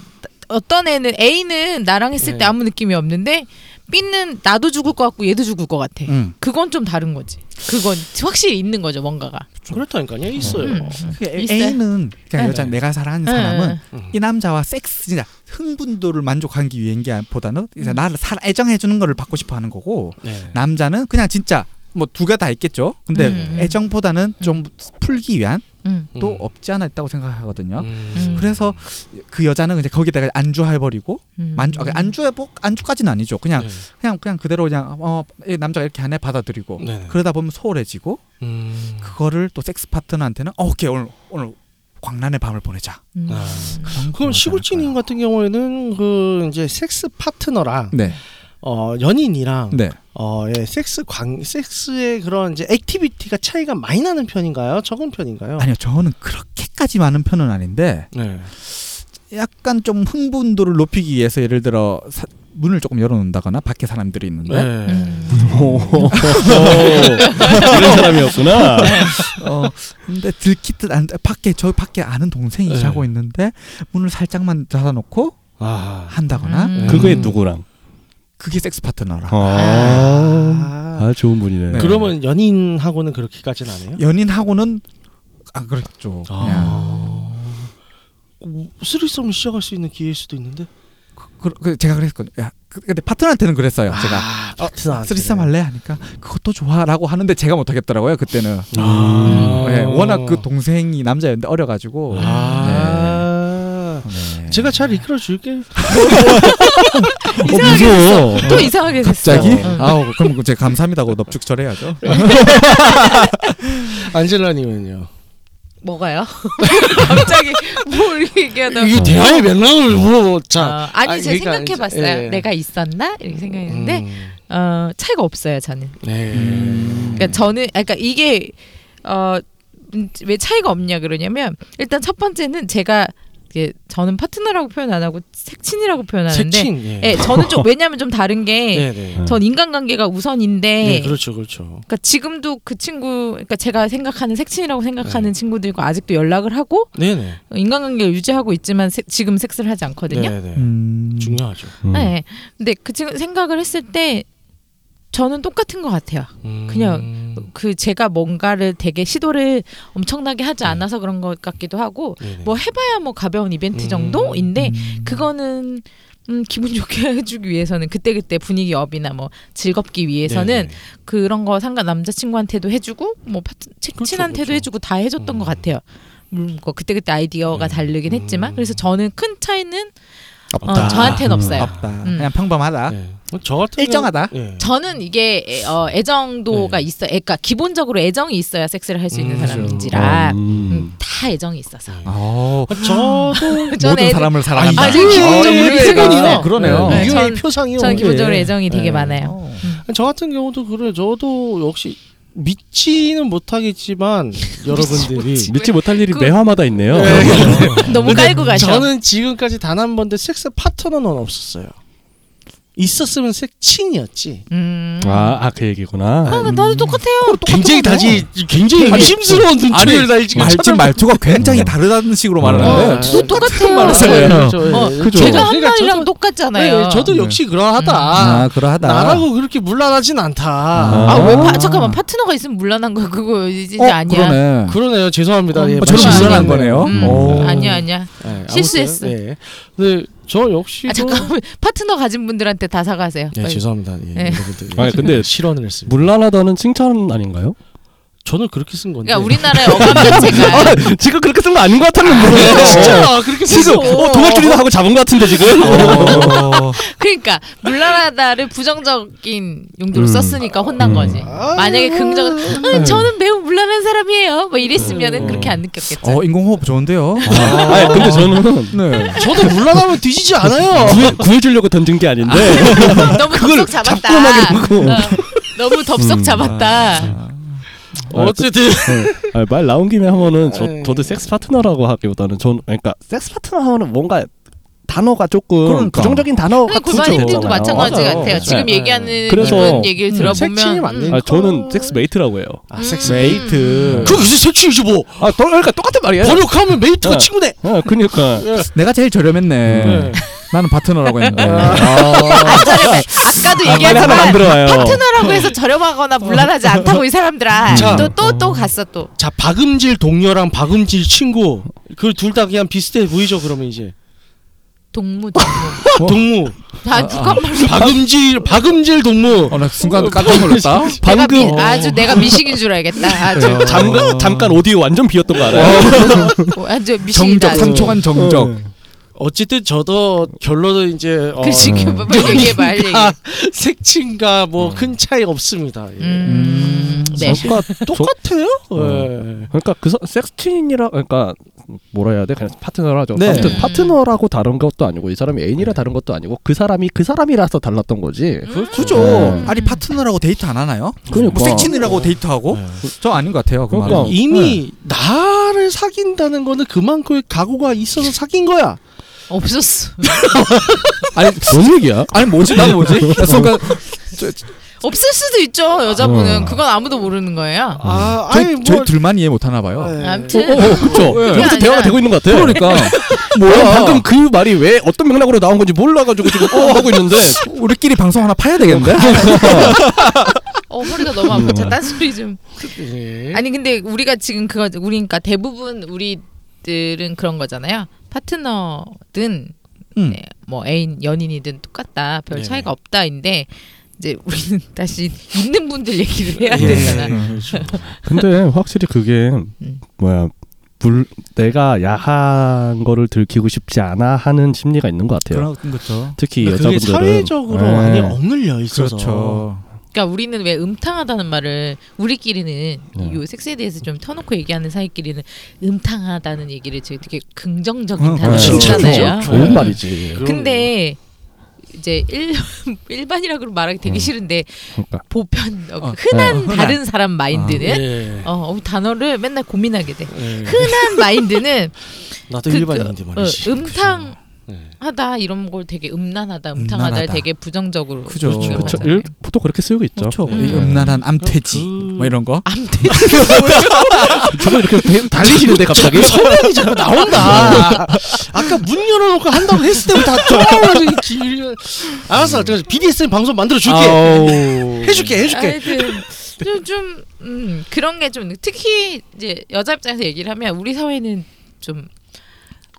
C: 어떤 애는 A는 나랑 했을 때
F: 네.
C: 아무 느낌이 없는데 B는 나도 죽을 것 같고 얘도 죽을 것 같아.
D: 음.
C: 그건 좀 다른 거지. 그건 확실히 있는 거죠 뭔가가.
F: 그렇다니까요. 있어요.
C: 음.
D: 그 애-
C: 있어요. 네.
D: 애인은 그냥 여자 내가 사랑하는 사람은
C: 응,
F: 음.
D: 이 남자와 섹스 진짜 흥분도를 만족하기 위한 게 보다는
C: 음.
D: 이제 나를 사, 애정해 주는 거를 받고 싶어 하는 거고
F: 네.
D: 남자는 그냥 진짜 뭐 두 개 다 있겠죠. 근데
C: 음.
D: 애정보다는 좀 풀기 위한
C: 응.
D: 또 없지 않아 있다고 생각하거든요.
F: 음.
D: 그래서 그 여자는 이제 거기다가 안주해버리고
C: 음.
D: 만주 아, 안주해 복 안주까지는 아니죠. 그냥
F: 네.
D: 그냥 그냥 그대로 그냥 어 이 남자가 이렇게 안에 받아들이고
F: 네네.
D: 뭐 그러다 보면 소홀해지고
F: 음.
D: 그거를 또 섹스 파트너한테는 어, 오케이 오늘 오늘 광란의 밤을 보내자.
C: 음.
F: 아.
D: 그런
F: 그럼
D: 거지
F: 시골주님
D: 않을까요?
F: 같은 경우에는 그 이제 섹스 파트너랑
D: 네,
F: 어 연인이랑
D: 네.
F: 어 예, 섹스 관 섹스의 그런 이제 액티비티가 차이가 많이 나는 편인가요? 적은 편인가요?
D: 아니요, 저는 그렇게까지 많은 편은 아닌데
F: 네.
D: 약간 좀 흥분도를 높이기 위해서 예를 들어 사- 문을 조금 열어놓는다거나 밖에 사람들이 있는데
F: 네.
C: 음.
G: 오. 어. 이런 사람이었구나.
B: 음.
D: 어 근데 들키듯 안 밖에 저 밖에 아는 동생이
F: 네.
D: 자고 있는데 문을 살짝만 닫아놓고
F: 아.
D: 한다거나
C: 음.
G: 그거에 누구랑?
D: 그게 섹스 파트너라.
G: 아,
F: 아.
G: 아 좋은 분이네.
D: 네.
F: 그러면 연인하고는 그렇게까지는 안 해요?
D: 연인하고는 안 그랬죠. 그냥
F: 아. 오, 스리썸을 시작할 수 있는 기회일 수도 있는데.
D: 그, 그, 제가 그랬거든요. 야, 그- 근데 파트너한테는 그랬어요. 제가
F: 아,
D: 어,
F: 파트너한테는.
D: 쓰리썸 할래 하니까 그것도 좋아라고 하는데 제가 못하겠더라고요 그때는.
F: 아.
D: 예, 워낙 그 동생이 남자였는데 어려가지고.
F: 아.
D: 네.
F: 제가 잘 이끌어 줄게.
G: 어, 무서워.
F: 아.
C: 또 이상하게 됐어.
D: 갑자기?
C: 응.
D: 아우 그럼 제가 감사합니다고 넙죽절해야죠.
F: 안젤라님은요.
C: 뭐가요? (laughs) 갑자기 뭘 얘기하다.
F: 이게 대화의 맥락을 물어보. 자.
C: 아, 아니 제가
F: 그러니까
C: 생각해봤어요.
F: 이제, 예.
C: 내가 있었나 이렇게 생각했는데
F: 음.
C: 어, 차이가 없어요 저는.
F: 네.
C: 그러니까 저는 아, 그러니까 이게 어, 음, 왜 차이가 없냐 그러냐면 일단 첫 번째는 제가 이게 저는 파트너라고 표현 안 하고 색친이라고 표현하는데
F: 색친. 예.
C: 예, 저는
F: (laughs)
C: 좀 왜냐면 좀 다른 게 전
F: 네, 네.
C: 인간관계가 우선인데
F: 네, 그렇죠, 그렇죠.
C: 그러니까 지금도 그 친구 그러니까 제가 생각하는 색친이라고 생각하는
F: 네.
C: 친구들과 아직도 연락을 하고
F: 네, 네.
C: 인간관계를 유지하고 있지만 세- 지금 섹스를 하지 않거든요.
F: 네, 네.
D: 음.
F: 중요하죠.
G: 음.
C: 네. 근데 그 친구 생각을 했을 때 저는 똑같은 것 같아요.
F: 음.
C: 그냥- 그 제가 뭔가를 되게 시도를 엄청나게 하지 않아서 그런 것 같기도 하고
F: 네, 네.
C: 뭐 해봐야 뭐 가벼운 이벤트
F: 음.
C: 정도인데
D: 음.
C: 그거는 음, 기분 좋게 (laughs) 해주기 위해서는 그때그때 분위기 업이나 뭐 즐겁기
F: 네,
C: 위해서는
F: 네.
C: 그런 거 상관 남자친구한테도 해주고 뭐 파트, 친-
F: 그렇죠,
C: 친한테도
F: 그렇죠.
C: 해주고 다 해줬던
F: 음.
C: 것 같아요. 물론 그 그때그때 아이디어가
F: 음.
C: 다르긴 했지만
F: 음.
C: 그래서 저는 큰 차이는
D: 없다.
C: 어, 저한테는 없어요.
F: 아.
D: 없다.
C: 음.
D: 그냥 평범하다.
F: 네. 뭐저 같은
D: 일정하다.
F: 경우- 예.
C: 저는 이게 애, 어, 애정도가
F: 네.
C: 있어. 그러니까 기본적으로 애정이 있어야 섹스를 할 수 있는
F: 음, 그렇죠.
C: 사람인지라
G: 음.
C: 음, 다 애정이 있어서. (laughs)
D: 어,
F: 어, 저도
C: 그 전
D: 모든
C: 애정-
D: 사람을 사랑한다.
F: 아,
C: 이게 기본적으로
D: 의외다.
C: 의견이요.
D: 그러네요.
C: 그 네.
F: 이게
C: 전-
F: 표상이요.
C: 저는 기본적으로
F: 예.
C: 애정이 되게 네.
F: 예.
C: 많아요.
D: 어.
F: 저 같은 경우도 그래요. 저도 역시 믿지는 못하겠지만 여러분들이
G: 믿지 못할 일이
C: 그-
G: 매화마다 있네요.
C: 너무 깔고 가셔.
F: 저는 지금까지 단 한 번도 섹스 파트너는 없었어요. 있었으면 섹친이었지.
C: 음.
G: 아, 아, 그 얘기구나.
C: 아, 나도 똑같아요.
F: 음. 어, 굉장히 다시 굉장히
D: 아니,
F: 의심스러운 눈초리를 날 지금
D: 말투 말투가 굉장히 다르다는 식으로 말하는데
F: 아,
D: 저-
C: 어, 똑같아요.
D: 말하세요.
G: 어, 그죠.
C: 제가 한
F: 그러니까
C: 말이랑
F: 저도-
C: 똑같잖아요. 음.
F: 네, 저도 역시 그러하다.
D: 아, 그러하다.
F: 나라고 그렇게 물란하진 않다.
G: 아.
C: 아, 왜 파, 잠깐만 파트너가 있으면 물란한 거 그거 이제
D: 어,
C: 아니야.
D: 그러네.
F: 그러네요. 죄송합니다.
C: 어,
F: 예,
C: 어,
D: 저는
F: 말씀
C: 그건
D: 불안한
F: 아니네요.
D: 거네요.
C: 음,
D: 오.
C: 아니야 아니야.
F: 예, 아무튼,
C: 실수했어.
F: 예. 근데 저 역시도
C: 아, 잠깐만 (laughs) 파트너 가진 분들한테 다 사과하세요.
F: 예,
C: 빨리.
F: 죄송합니다. 예,
C: 네.
F: 여러분들 예,
G: 아니, 근데
F: 실언을 했습니다.
G: 물란하다는
F: (laughs)
G: 칭찬 아닌가요?
F: 저는 그렇게 쓴 건데.
C: 그러니까 우리나라의 어감 자체가
G: 지금 그렇게 쓴 거 아닌 것 같다는
F: 어.
B: 어.
G: 거예요.
F: (laughs) 진짜 그렇게
G: 지금 어, 도마줄이나 하고 잡은 것 같은데 지금.
D: 어,
C: 그러니까 물란하다를 부정적인 용도로
G: 음.
C: 썼으니까 혼난
G: 음.
C: 거지. 만약에 긍정, 어, 저는 매우 물란한 사람이에요. 뭐 이랬으면은 그렇게 안 느꼈겠죠. (laughs)
D: 어 인공호흡 좋은데요.
G: 아, 니 근데 저는
D: 네.
F: 저도 물러나면 뒤지지 않아요. 뭐,
G: 구해, 구해주려고 던진 게 아닌데
C: 너무 덥석 잡았다. 어, 너무 덥석
D: 아.
C: 잡았다.
F: 어쨌든
G: 아, 말 나온 김에 하면은 저
F: 네.
G: 저도 섹스 파트너라고 하기보다는 전 그러니까 섹스 파트너 하면은 뭔가 단어가 조금
D: 그러니까.
G: 부정적인 단어
C: 그러니까
G: 같은
C: 구마님들도
G: 거잖아요.
C: 마찬가지
F: 맞아요.
C: 같아요.
F: 맞아요.
C: 지금
G: 네.
C: 얘기하는
G: 그래서-
C: 이분 얘기를
G: 음,
C: 들어보면
F: 색칭이 맞네.
C: 음,
G: 아, 저는 섹스 메이트라고 해요.
F: 아,
C: 섹스
D: 메이트.
F: 그 무슨 색칠이지 뭐.
G: 아, 또, 그러니까 똑같은 말이에요.
F: 번역하면 메이트가
G: 네.
F: 친구네.
G: 아, 그러니까
D: 내가 제일 저렴했네.
F: 네.
D: 나는 파트너라고 했는데.
C: 아, 저렴해. 아까도
G: 빨리 하나
C: 얘기했지만
G: 만들어 와요.
C: 파트너라고 해서 저렴하거나 물란하지 않다고 이 사람들아.
F: 자.
C: 또 또 또 갔어 또.
F: 자, 박음질 동료랑 박음질 친구. 그 둘 다 그냥 비슷해 보이죠, 그러면 이제.
C: 동무 동무.
F: 동무.
C: 아 북한말로
F: 어. 박음질 박음질 동무.
D: 어, 나 순간 깜짝 놀랐다.
C: 내가 미,
G: 방금 어. 네.
C: 아주 내가 미식인 줄 알겠다. 아주
G: 잠깐 잠깐 오디오 완전 비었던 거 알아요?
C: 뭐 아주 미식이다.
D: 정적
C: 아주.
D: 3초간 정적.
F: 어쨌든 저도 결론은 이제 어,
C: 그렇지 그 빨리 얘기해 봐. 빨리 얘기해.
F: 아, (laughs) 색친과 뭐 큰 차이 없습니다. 예.
C: 음. 네.
G: 그러니까
F: 똑같아요? 예.
G: 그러니까 그 서- 섹스친이라 그러니까 뭐라 해야 돼? 그냥 파트너라 하죠.
F: 네.
G: 아무튼
C: 음.
G: 파트너라고 다른 것도 아니고 이 사람이 애인이라 다른 것도 아니고 그 사람이 그 사람이라서 달랐던 거지.
D: 어, 그죠.
G: 네.
D: 아니 파트너라고 데이트 안 하나요?
G: 그러니까.
D: 뭐 섹친이라고 데이트하고? 저 아닌 것 같아요. 그
G: 그러니까.
D: 말은.
F: 이미 나를 사귄다는 거는 그만큼의 각오가 있어서 사귄 거야.
C: 없었어.
G: (laughs) 아니 뭔 얘기야?
D: 아니 뭐지? 난 뭐지?
G: 그러니까
D: 나 순간
C: 없을 수도 있죠 여자분은
G: 어.
C: 그건 아무도 모르는 거예요.
F: 아, 아니
D: 저희,
F: 뭐
D: 저희 둘만 이해 못 하나 봐요.
F: 예.
C: 아무튼
G: 그렇죠.
C: 그게
G: 여기서
C: 아니라-
G: 대화가 되고 있는 것 같아.
D: 그러니까
G: (laughs) 뭐야? 방금 그 말이 왜 어떤 맥락으로 나온 건지 몰라가지고 지금 어 하고 있는데.
D: 우리끼리 방송 하나 파야 되겠는데?
C: 어 허리가 너무 아파. 자, 딴 소리 좀.
F: 예.
C: 아니 근데 우리가 지금 그거 우리니까 대부분 우리들은 그런 거잖아요. 파트너든 (laughs)
D: 음.
C: 네, 뭐 애인 연인이든 똑같다. 별
F: 네네.
C: 차이가 없다인데 이제 우리는 (laughs) 다시 있는 분들 얘기를 해야
F: 예.
C: 되잖아.
G: (laughs)
D: 그렇죠.
G: 근데 확실히 그게 뭐야? 불 내가 야한 거를 들키고 싶지 않아 하는 심리가 있는 것 같아요.
D: 그런 거죠.
G: 특히
F: 그게
G: 여자분들은 예.
F: 사회적으로 많이 억눌려 있어서
D: 그렇죠.
C: 그러니까 우리는 왜 음탕하다는 말을 우리끼리는
G: 네.
C: 이 섹스에 대해서 좀 터놓고 얘기하는 사이끼리는 음탕하다는 얘기를 지금 되게 긍정적인
D: 어,
C: 단어로
F: 진짜
C: 쓰잖아요.
F: 그렇죠.
G: 네. 좋은 말이지.
F: 그런
C: 근데 이제 일, (laughs) 일반이라고 말하기 되게 싫은데
G: 그러니까.
C: 보편 어,
D: 어,
C: 흔한
D: 어, 흔한.
C: 다른 사람
F: 거.
C: 마인드는
F: 예.
C: 어, 어, 단어를 맨날 고민하게 돼.
F: 예.
C: 흔한 마인드는
F: 나도
C: 그-
F: 일반인인데
C: 어,
F: 말이지.
C: 음탕
F: 예.
C: 하다 이런 걸 되게 음란하다, 음탕하다
D: 음란하다.
C: 되게 부정적으로
D: 그죠.
C: 생각을
G: 그렇죠.
C: 하잖아요.
G: 일, 보통 그렇게 쓰이고 있죠. 네.
D: 그렇죠.
C: 음.
D: 이 음란한 암퇴지
F: 그-
D: 뭐 이런 거.
C: 암튼
G: 저거 이렇게 대- 달리시는데 갑자기 (laughs)
F: 소문이 자꾸 나온다. (laughs) 아까 문 열어놓고 한다고 했을 때부터 다 쫄아가지고 길. 알았어, 제가 BDSM 방송 만들어 줄게. 네. 해줄게, 해줄게.
C: 하여튼 좀, 좀 음, 그런 게 좀 특히 이제 여자 입장에서 얘기를 하면 우리 사회는 좀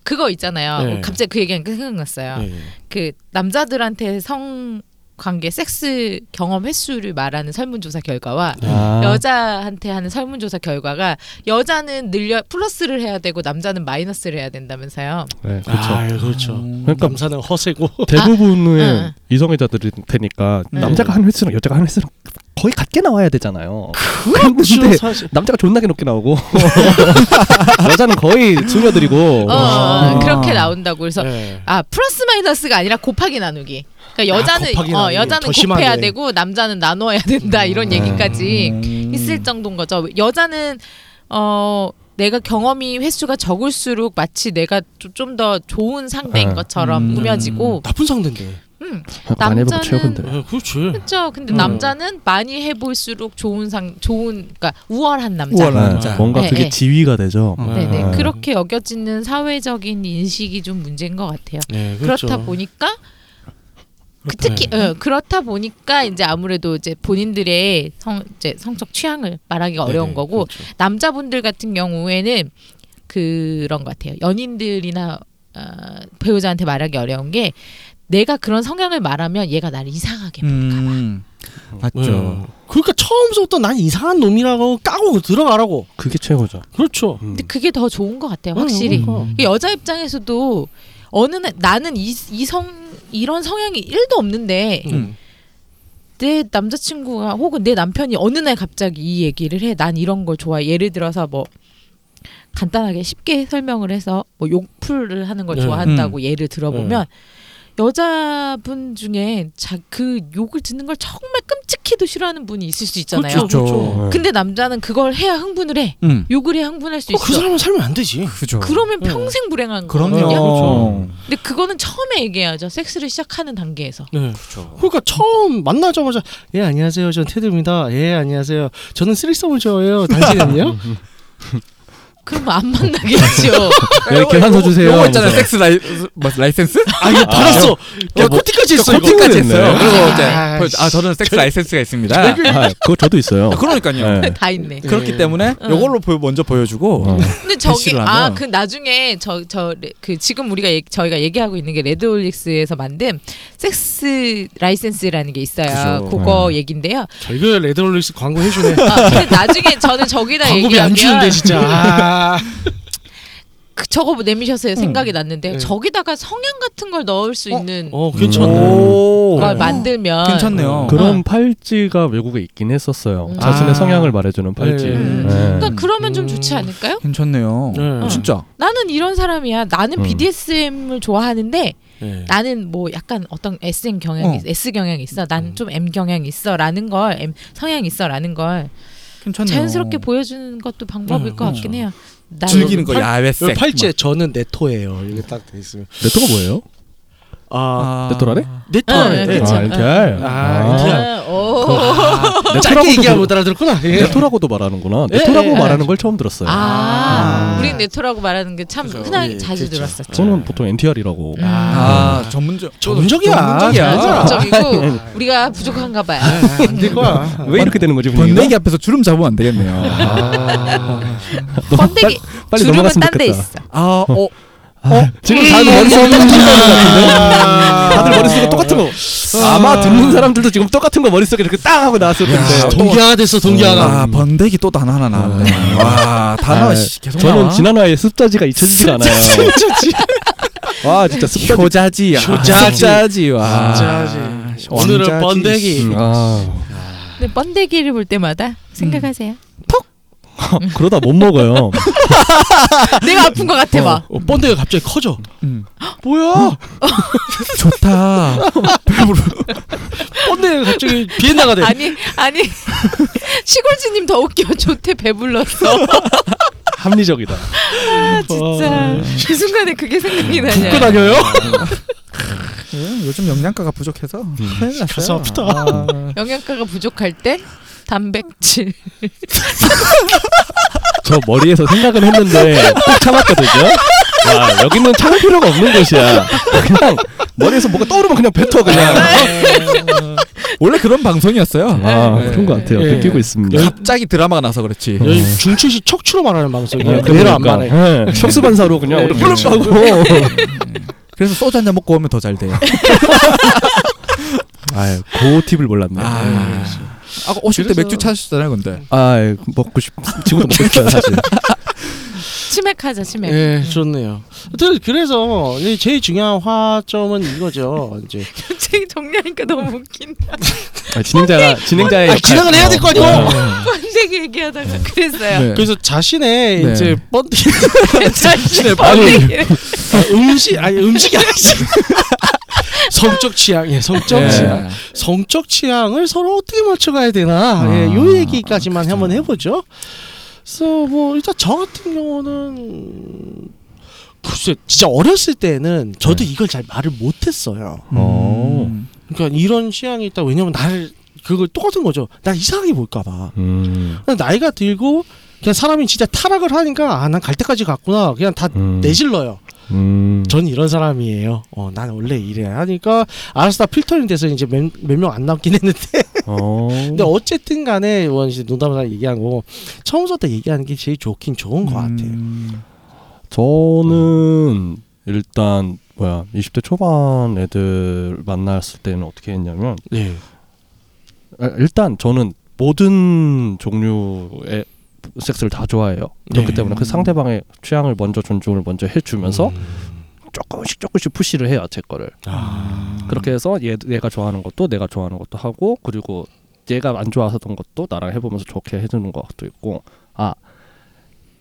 C: 그거 있잖아요.
F: 네.
C: 갑자기 그 얘기하니까 생각났어요.
F: 예, 예.
C: 그 남자들한테 성 관계 섹스 경험 횟수를 말하는 설문조사 결과와
F: 아.
G: 아,
C: 여자한테 하는 설문조사 결과가 여자는 늘려 플러스를 해야 되고 남자는 마이너스를 해야 된다면서요.
G: 네, 그렇죠.
F: 아, 그렇죠.
G: 그러니까
F: 남자는 허세고.
G: 대부분의
C: 아, 응.
G: 이성애자들이 되니까
C: 네.
G: 남자가 한 횟수랑 여자가 한 횟수랑 거의 같게 나와야 되잖아요.
F: 그렇죠,
G: 그런데
F: 사실.
G: 남자가 존나게 높게 나오고 (laughs) 여자는 거의 스며들이고
C: 어,
D: 아.
C: 그렇게 나온다고 그래서
F: 예.
C: 아 플러스 마이너스가 아니라 곱하기 나누기. 그러니까
F: 아,
C: 여자는
F: 곱하기
C: 어,
F: 나누기.
C: 여자는
F: 더
C: 곱해야
F: 심하게.
C: 되고 남자는 나눠야 된다 이런
F: 음.
C: 얘기까지
D: 음.
C: 있을 정도인 거죠. 여자는 어 내가 경험이 횟수가 적을수록 마치 내가 좀 더 좋은 상대인
G: 네.
C: 것처럼
D: 음.
C: 우며지고
F: 나쁜 상대인데.
G: 많이 해보고
C: 남자는-
G: 최고인데.
F: 예, 그렇지.
C: 그렇죠. 근데
F: 음.
C: 남자는 많이 해볼수록 좋은 상 좋은 그러니까 우월한 남자.
D: 우월한
G: 네,
F: 아.
D: 남자.
G: 뭔가
B: 예,
C: 네,
G: 그게
C: 네.
G: 지위가 되죠.
D: 어.
C: 네네
G: 아.
C: 그렇게 여겨지는 사회적인 인식이 좀 문제인 것 같아요.
F: 예,
C: 그렇
F: 그렇죠.
C: 다 보니까 그
F: 그렇다.
C: 특히 어, 그렇다 보니까 이제 아무래도 이제 본인들의 성 이제 성적 취향을 말하기가 어려운
F: 네네,
C: 거고
F: 그렇죠.
C: 남자분들 같은 경우에는 그런 것 같아요. 연인들이나 어, 배우자한테 말하기 어려운 게 내가 그런 성향을 말하면 얘가 나를 이상하게
D: 음, 맞죠.
F: 음. 그러니까 처음부터 난 이상한 놈이라고 까고 들어가라고.
G: 그게 최고죠.
F: 그렇죠.
C: 근데 그게 더 좋은 것 같아요 확실히
F: 음, 그러니까.
C: 그 여자 입장에서도 어느 날 나는 이 성 이런 성향이 일도 없는데
F: 음.
C: 내 남자친구가 혹은 내 남편이 어느 날 갑자기 이 얘기를 해. 난 이런 걸 좋아해. 예를 들어서 뭐 간단하게 쉽게 설명을 해서 뭐 욕풀을 하는 걸
F: 네.
C: 좋아한다고 예를 들어보면 여자분 중에 자, 그 욕을 듣는 걸 정말 끔찍히도 싫어하는 분이 있을 수 있잖아요.
F: 그렇죠.
D: 그렇죠.
C: 근데 남자는 그걸 해야 흥분을 해.
D: 음,
C: 욕을 해야 흥분할 수
F: 어,
C: 있어.
F: 그 사람은 살면 안 되지.
D: 그죠.
C: 그러면
F: 네.
C: 평생 불행한
D: 그럼요.
C: 거거든요.
F: 그렇죠.
C: 근데 그거는 처음에 얘기해야죠. 섹스를 시작하는 단계에서.
F: 네. 그러니까 처음 만나자마자 예 안녕하세요 저는 테드입니다 예 안녕하세요 저는 쓰리썸을 좋아해요 (laughs) 당신은요
C: 그러면 뭐 안
F: (laughs)
C: 만나겠죠.
G: 예, 계산서 주세요. 네.
D: 요거 있잖아요.
G: 하면서.
D: 섹스 라이, 뭐, 라이센스?
F: 아 이거 받았어 야 코티까지 뭐 그러니까 했어 이거
D: 코팅까지 했어요.
G: 했네.
D: 그리고 이제
F: 아,
D: 보여줘. 아 저는 섹스 라이센스가 있습니다.
G: 아, 그거 저도 있어요.
D: 그러니까요.
G: 예.
C: 다 있네.
D: 그렇기 때문에
C: 응.
D: 요걸로 보여- 먼저 보여주고
G: 어.
C: 근데 저기
D: 대시를
C: 아
D: 하면.
C: 그 나중에 저 저 그 지금 우리가 얘- 저희가 얘기하고 있는 게 레드올릭스에서 만든 섹스 라이센스라는 게 있어요.
D: 그죠.
C: 그거 얘긴데요.
F: 저희가 레드올릭스 광고
C: (laughs)
F: 해주네
C: 아, 근데 나중에 저는
F: (laughs)
C: 저기다
F: 광고비 안 주는데
C: 얘기하면
F: (laughs) 진짜 아.
C: 그, 저거 뭐 내미셔서 생각이 났는데
F: 네.
C: 저기다가 성향 같은 걸 넣을 수
D: 어?
C: 있는
F: 어 괜찮네
D: 오,
C: 걸 만들면
D: 괜찮네요.
G: 그런 팔찌가 외국에 있긴 했었어요.
C: 어. 음.
G: 자신의
F: 아.
G: 성향을 말해주는 팔찌.
F: 네.
C: 음.
G: 예.
C: 그러니까 그러면 좀
F: 음.
C: 좋지 않을까요?
D: 괜찮네요.
F: 네.
D: 어, 진짜.
C: 나는 이런 사람이야. 나는
G: 음.
C: BDSM을 좋아하는데
F: 네.
C: 나는 뭐 약간 어떤 SM 경향이
D: 어.
C: S 경향이 있어. 난 좀 M 경향이 있어라는 걸 M 성향이 있어라는 걸
D: 괜찮네요. 아,
C: 자연스럽게 보여주는 것도 방법일
F: 음,
C: 것 같긴 해요. 나
D: 즐기는
C: 이거
D: 거 야외
F: 여기
D: 섹스.
F: 팔찌에 저는 네토예요 이게 딱 돼 있으면
G: 네트가 뭐예요?
F: 아
D: 아,
G: 네토라네?
F: 네토
C: 아,
F: 네.
C: 그쵸.
G: 아, NTR.
F: 아,
G: 아,
C: 아, 오.
F: 아, 짧게
G: 네토라고도
F: 얘기하면
G: 부-
F: 못 알아들었구나 예.
G: 네토라고도 말하는구나.
F: 예,
G: 네토라고
F: 예, 예.
G: 말하는 걸 처음 들었어요.
C: 아,
D: 아.
C: 우린 네토라고 말하는 게 참
F: 그죠.
C: 흔하게
F: 예,
C: 자주
F: 그쵸.
C: 들었었죠.
G: 저는 보통 NTR이라고.
C: 음.
D: 아, 전문적.
F: 전문적이야.
D: 전문적이야.
F: 맞아.
C: 전적이고 우리가 부족한가 봐요.
F: 안될 거야
G: 왜 이렇게 되는 거지 분위기가?
D: 번데기 앞에서 주름 잡으면 안 되겠네요.
G: 너무
C: 번데기
G: 빨리- 빨리
C: 주름은
G: 넘어갔으면
C: 딴 데
G: 좋겠다.
C: 있어.
D: 아, 어,
G: 지금 다 머릿속에 똑같은 거 같은데? 다들 머릿속에 똑같은 거 아. 아마 듣는 사람들도 지금 똑같은 거 머릿속에 이렇게 땅 하고 나왔을 텐데
F: 동기화가 됐어 동기화가
D: 아, 번데기 또 단어 하나 나왔네. 와, 단어
G: 아,
D: 씨, 계속
G: 저는
D: 나와.
G: 지난화에 습자지가 잊혀지지가 않아요 와 진짜 습자지
D: 효자지,
F: 효자지.
D: 효자지, 와.
F: 아, 진짜지.
D: 왕자지.
F: 오늘은 번데기
G: 음, 아,
C: 근데 번데기를 볼 때마다 생각하세요.
G: 그러다 못 먹어요
C: 내가 아픈 것 같아 막.
F: 어, 번데기가 갑자기 커져
D: 음.
F: 뭐야
D: 좋다.
F: 번데기가 갑자기 비엔나가 돼
C: 아니 아니 (laughs) 시골지님 더 웃겨 좋대 배불렀어
G: (laughs) 합리적이다
C: 아, 진짜
D: 네.
C: 그 순간에 그게 생각이
G: 네.
C: 나냐
F: 다녀요?
D: 예, 요즘 영양가가 부족해서 큰일 났어요.
F: 가슴 아프다.
D: 아,
C: 영양가가 부족할 땐 단백질
G: 저 머리에서 생각은 했는데 꼭 참았거든요 와 여기는 참을 필요가 없는 곳이야 그냥 머리에서 뭐가 떠오르면 그냥 뱉어 그냥
D: 원래 그런 방송이었어요.
G: 아 그런 것 같아요
F: 예.
G: 느끼고 있습니다
D: 갑자기 드라마가 나서 그렇지.
F: 여기 중추시 척추로 말하는 방송이야.
G: 예,
F: 그대로 안 말해.
G: 예, 척수반사로 그냥
F: 예,
G: 우리
F: 그렇죠.
G: 하고
D: 그래서 소주 한 잔 먹고 오면 더 잘 돼요.
G: 아유, 그 팁을 몰랐네.
D: 아,
G: 아,
D: 아까 오실 때
F: 그래서-
D: 맥주 찾으셨잖아요, 근데.
G: 아유, 먹고 싶. 지금도 먹고 싶어요, 사실.
C: 치맥하자 치맥
F: 예, 좋네요. 하여튼 그래서 이 제일 중요한 화점은 이거죠. 이제
C: 갑자기 정리하니까 너무 (laughs) 웃긴다
G: 아, 진행자가
F: 아,
G: 진행자의 역할.
F: 진행을 해야 될 거 아니에요. 네.
C: 번데기 얘기하다가 그랬어요
D: 네.
F: 그래서 자신의
D: 네.
F: 이제 (laughs) 번데기
C: 자신의
G: 아니.
C: 번데기를
F: 아, 음식 아니 음식이 아니지. (laughs) 성적 취향, 예, 성적
D: 예.
F: 취향, 성적 취향을 서로 어떻게 맞춰가야 되나,
D: 아,
F: 예, 요 얘기까지만 한번 해보죠. 그래서 뭐 일단 저 같은 경우는 글쎄 진짜 어렸을 때는 저도 이걸 잘 말을 못했어요.
G: 어.
D: 음.
F: 그러니까 이런 취향이 있다. 왜냐면 나를 그걸 똑같은 거죠. 나 이상하게 볼까봐.
G: 음.
F: 나이가 들고 그냥 사람이 진짜 타락을 하니까 아 난 갈 때까지 갔구나. 그냥 다
G: 음.
F: 내질러요.
G: 음.
F: 전 이런 사람이에요. 어, 난 원래 이래. 하니까 알아서 다 필터링 돼서 이제 몇 명 안 남긴 했는데.
G: 어.
F: 근데 어쨌든 간에 뭐 이제 농담을 얘기한 거 처음부터 얘기하는 게 제일 좋긴 좋은 것 같아요.
D: 음.
G: 저는
B: 일단 뭐야 20대 초반 애들 만났을 때는 어떻게 했냐면
F: 네.
B: 아, 일단 저는 모든 종류의 섹스를 다 좋아해요. 그렇기
F: 네.
B: 때문에 그 상대방의 취향을 먼저 존중을 먼저 해주면서
F: 음.
B: 조금씩 조금씩 푸시를 해요 제 거를.
F: 아.
B: 그렇게 해서 얘 얘가 좋아하는 것도 내가 좋아하는 것도 하고 그리고 얘가 안 좋아하던 것도 나랑 해보면서 좋게 해주는 것도 있고 아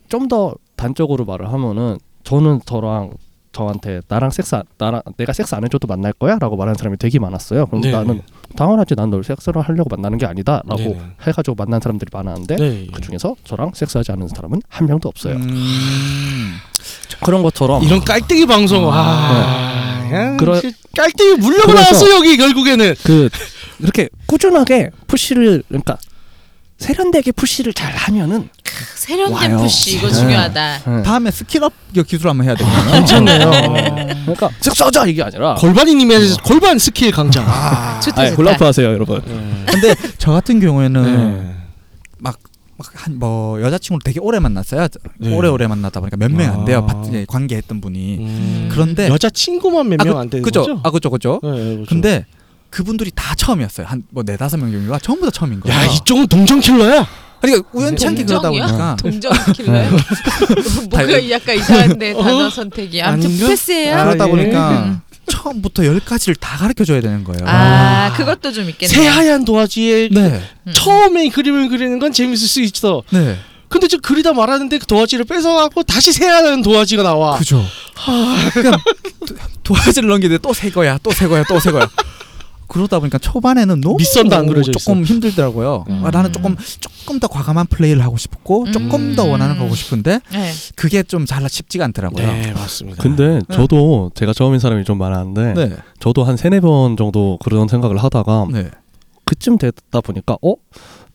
B: 좀 더 단적으로 말을 하면은 저는 저랑 저한테 나랑 섹스 안- 나랑 내가 섹스 안 해줘도 만날 거야라고 말하는 사람이 되게 많았어요. 그럼
F: 네.
B: 나는 당연하지 난 널 섹스를 하려고 만나는 게 아니다라고
F: 네네.
B: 해가지고 만난 사람들이 많았는데
F: 네.
B: 그 중에서 저랑 섹스하지 않은 사람은 한 명도 없어요.
D: 음.
B: 그런 것처럼
F: 이런 깔때기 방송 아. 그냥
B: 그러-
F: 깔때기 물려고
B: 그래서-
F: 나왔어 여기 결국에는.
B: 그 이렇게 꾸준하게 푸시를 그러니까 세련되게 푸시를 잘 하면은
C: 세련된
D: 와요.
C: 푸시 이거
B: 네.
C: 중요하다.
D: 다음에 스킬업 기술 한번 해야
C: (laughs)
D: 되겠네요.
F: 괜찮네요.
B: 그러니까 섹스하자 이게 아니라
F: 골반이님의 골반 스킬 강장.
C: 좋다
B: 아니,
C: 좋다.
B: 골라프하세요 여러분.
D: 근데 저 같은 경우에는
F: 네.
D: 막한 뭐 여자친구를 되게 오래 만났어요.
F: 네.
D: 오래오래 만나다 보니까 몇 명 안 돼요.
F: 아.
D: 파- 이제 관계했던 분이.
F: 음.
D: 그런데
F: 여자 친구만 몇
D: 아,
F: 명
D: 그-
F: 안 되는
D: 그죠?
F: 거죠?
D: 아 그죠 그죠.
F: 네, 네, 그죠.
D: 근데 그분들이 다 처음이었어요. 한 뭐 네 다섯 명 정도가 전부 다 처음인 거예요.
F: 야 이쪽은 네. 동정 킬러야.
D: 그러니까 우연찮게
C: 동정이야?
D: 그러다 보니까 네.
C: 동정 킬러야. (laughs) 뭐가 이 약간 이상한데 단어 선택이. 아무튼
F: 아닌가?
C: 패스예요. 음.
D: 그러다
F: 아, 예.
D: 보니까 처음부터 열 가지를 다 가르쳐 줘야 되는 거예요.
C: 아, 그것도 좀 있겠네.
F: 새하얀 도화지에
D: 네,
C: 음.
F: 처음에 그림을 그리는 건 재밌을 수 있어.
D: 네,
F: 근데 저 그리다 말았는데 그 도화지를 뺏어갖고 다시 새하얀 도화지가 나와.
D: 그죠. 아. 그냥 도- 도화지를 넘기는데 또 새 거야, 또 새 거야, 또 새 거야. 그러다 보니까 초반에는 너무
F: 밑선도 안 그려져
D: 조금 힘들더라고요.
F: 음.
D: 아, 나는 조금 조금 더 과감한 플레이를 하고 싶고 조금 더
C: 음.
D: 원하는 거 하고 싶은데
C: 네.
D: 그게 좀 잘 쉽지가 않더라고요.
F: 네 맞습니다.
G: 근데 저도 제가 처음인 사람이 좀 많았는데
D: 네,
G: 저도 한 세네 번 정도 그런 생각을 하다가
D: 네.
G: 그쯤 되다 보니까 어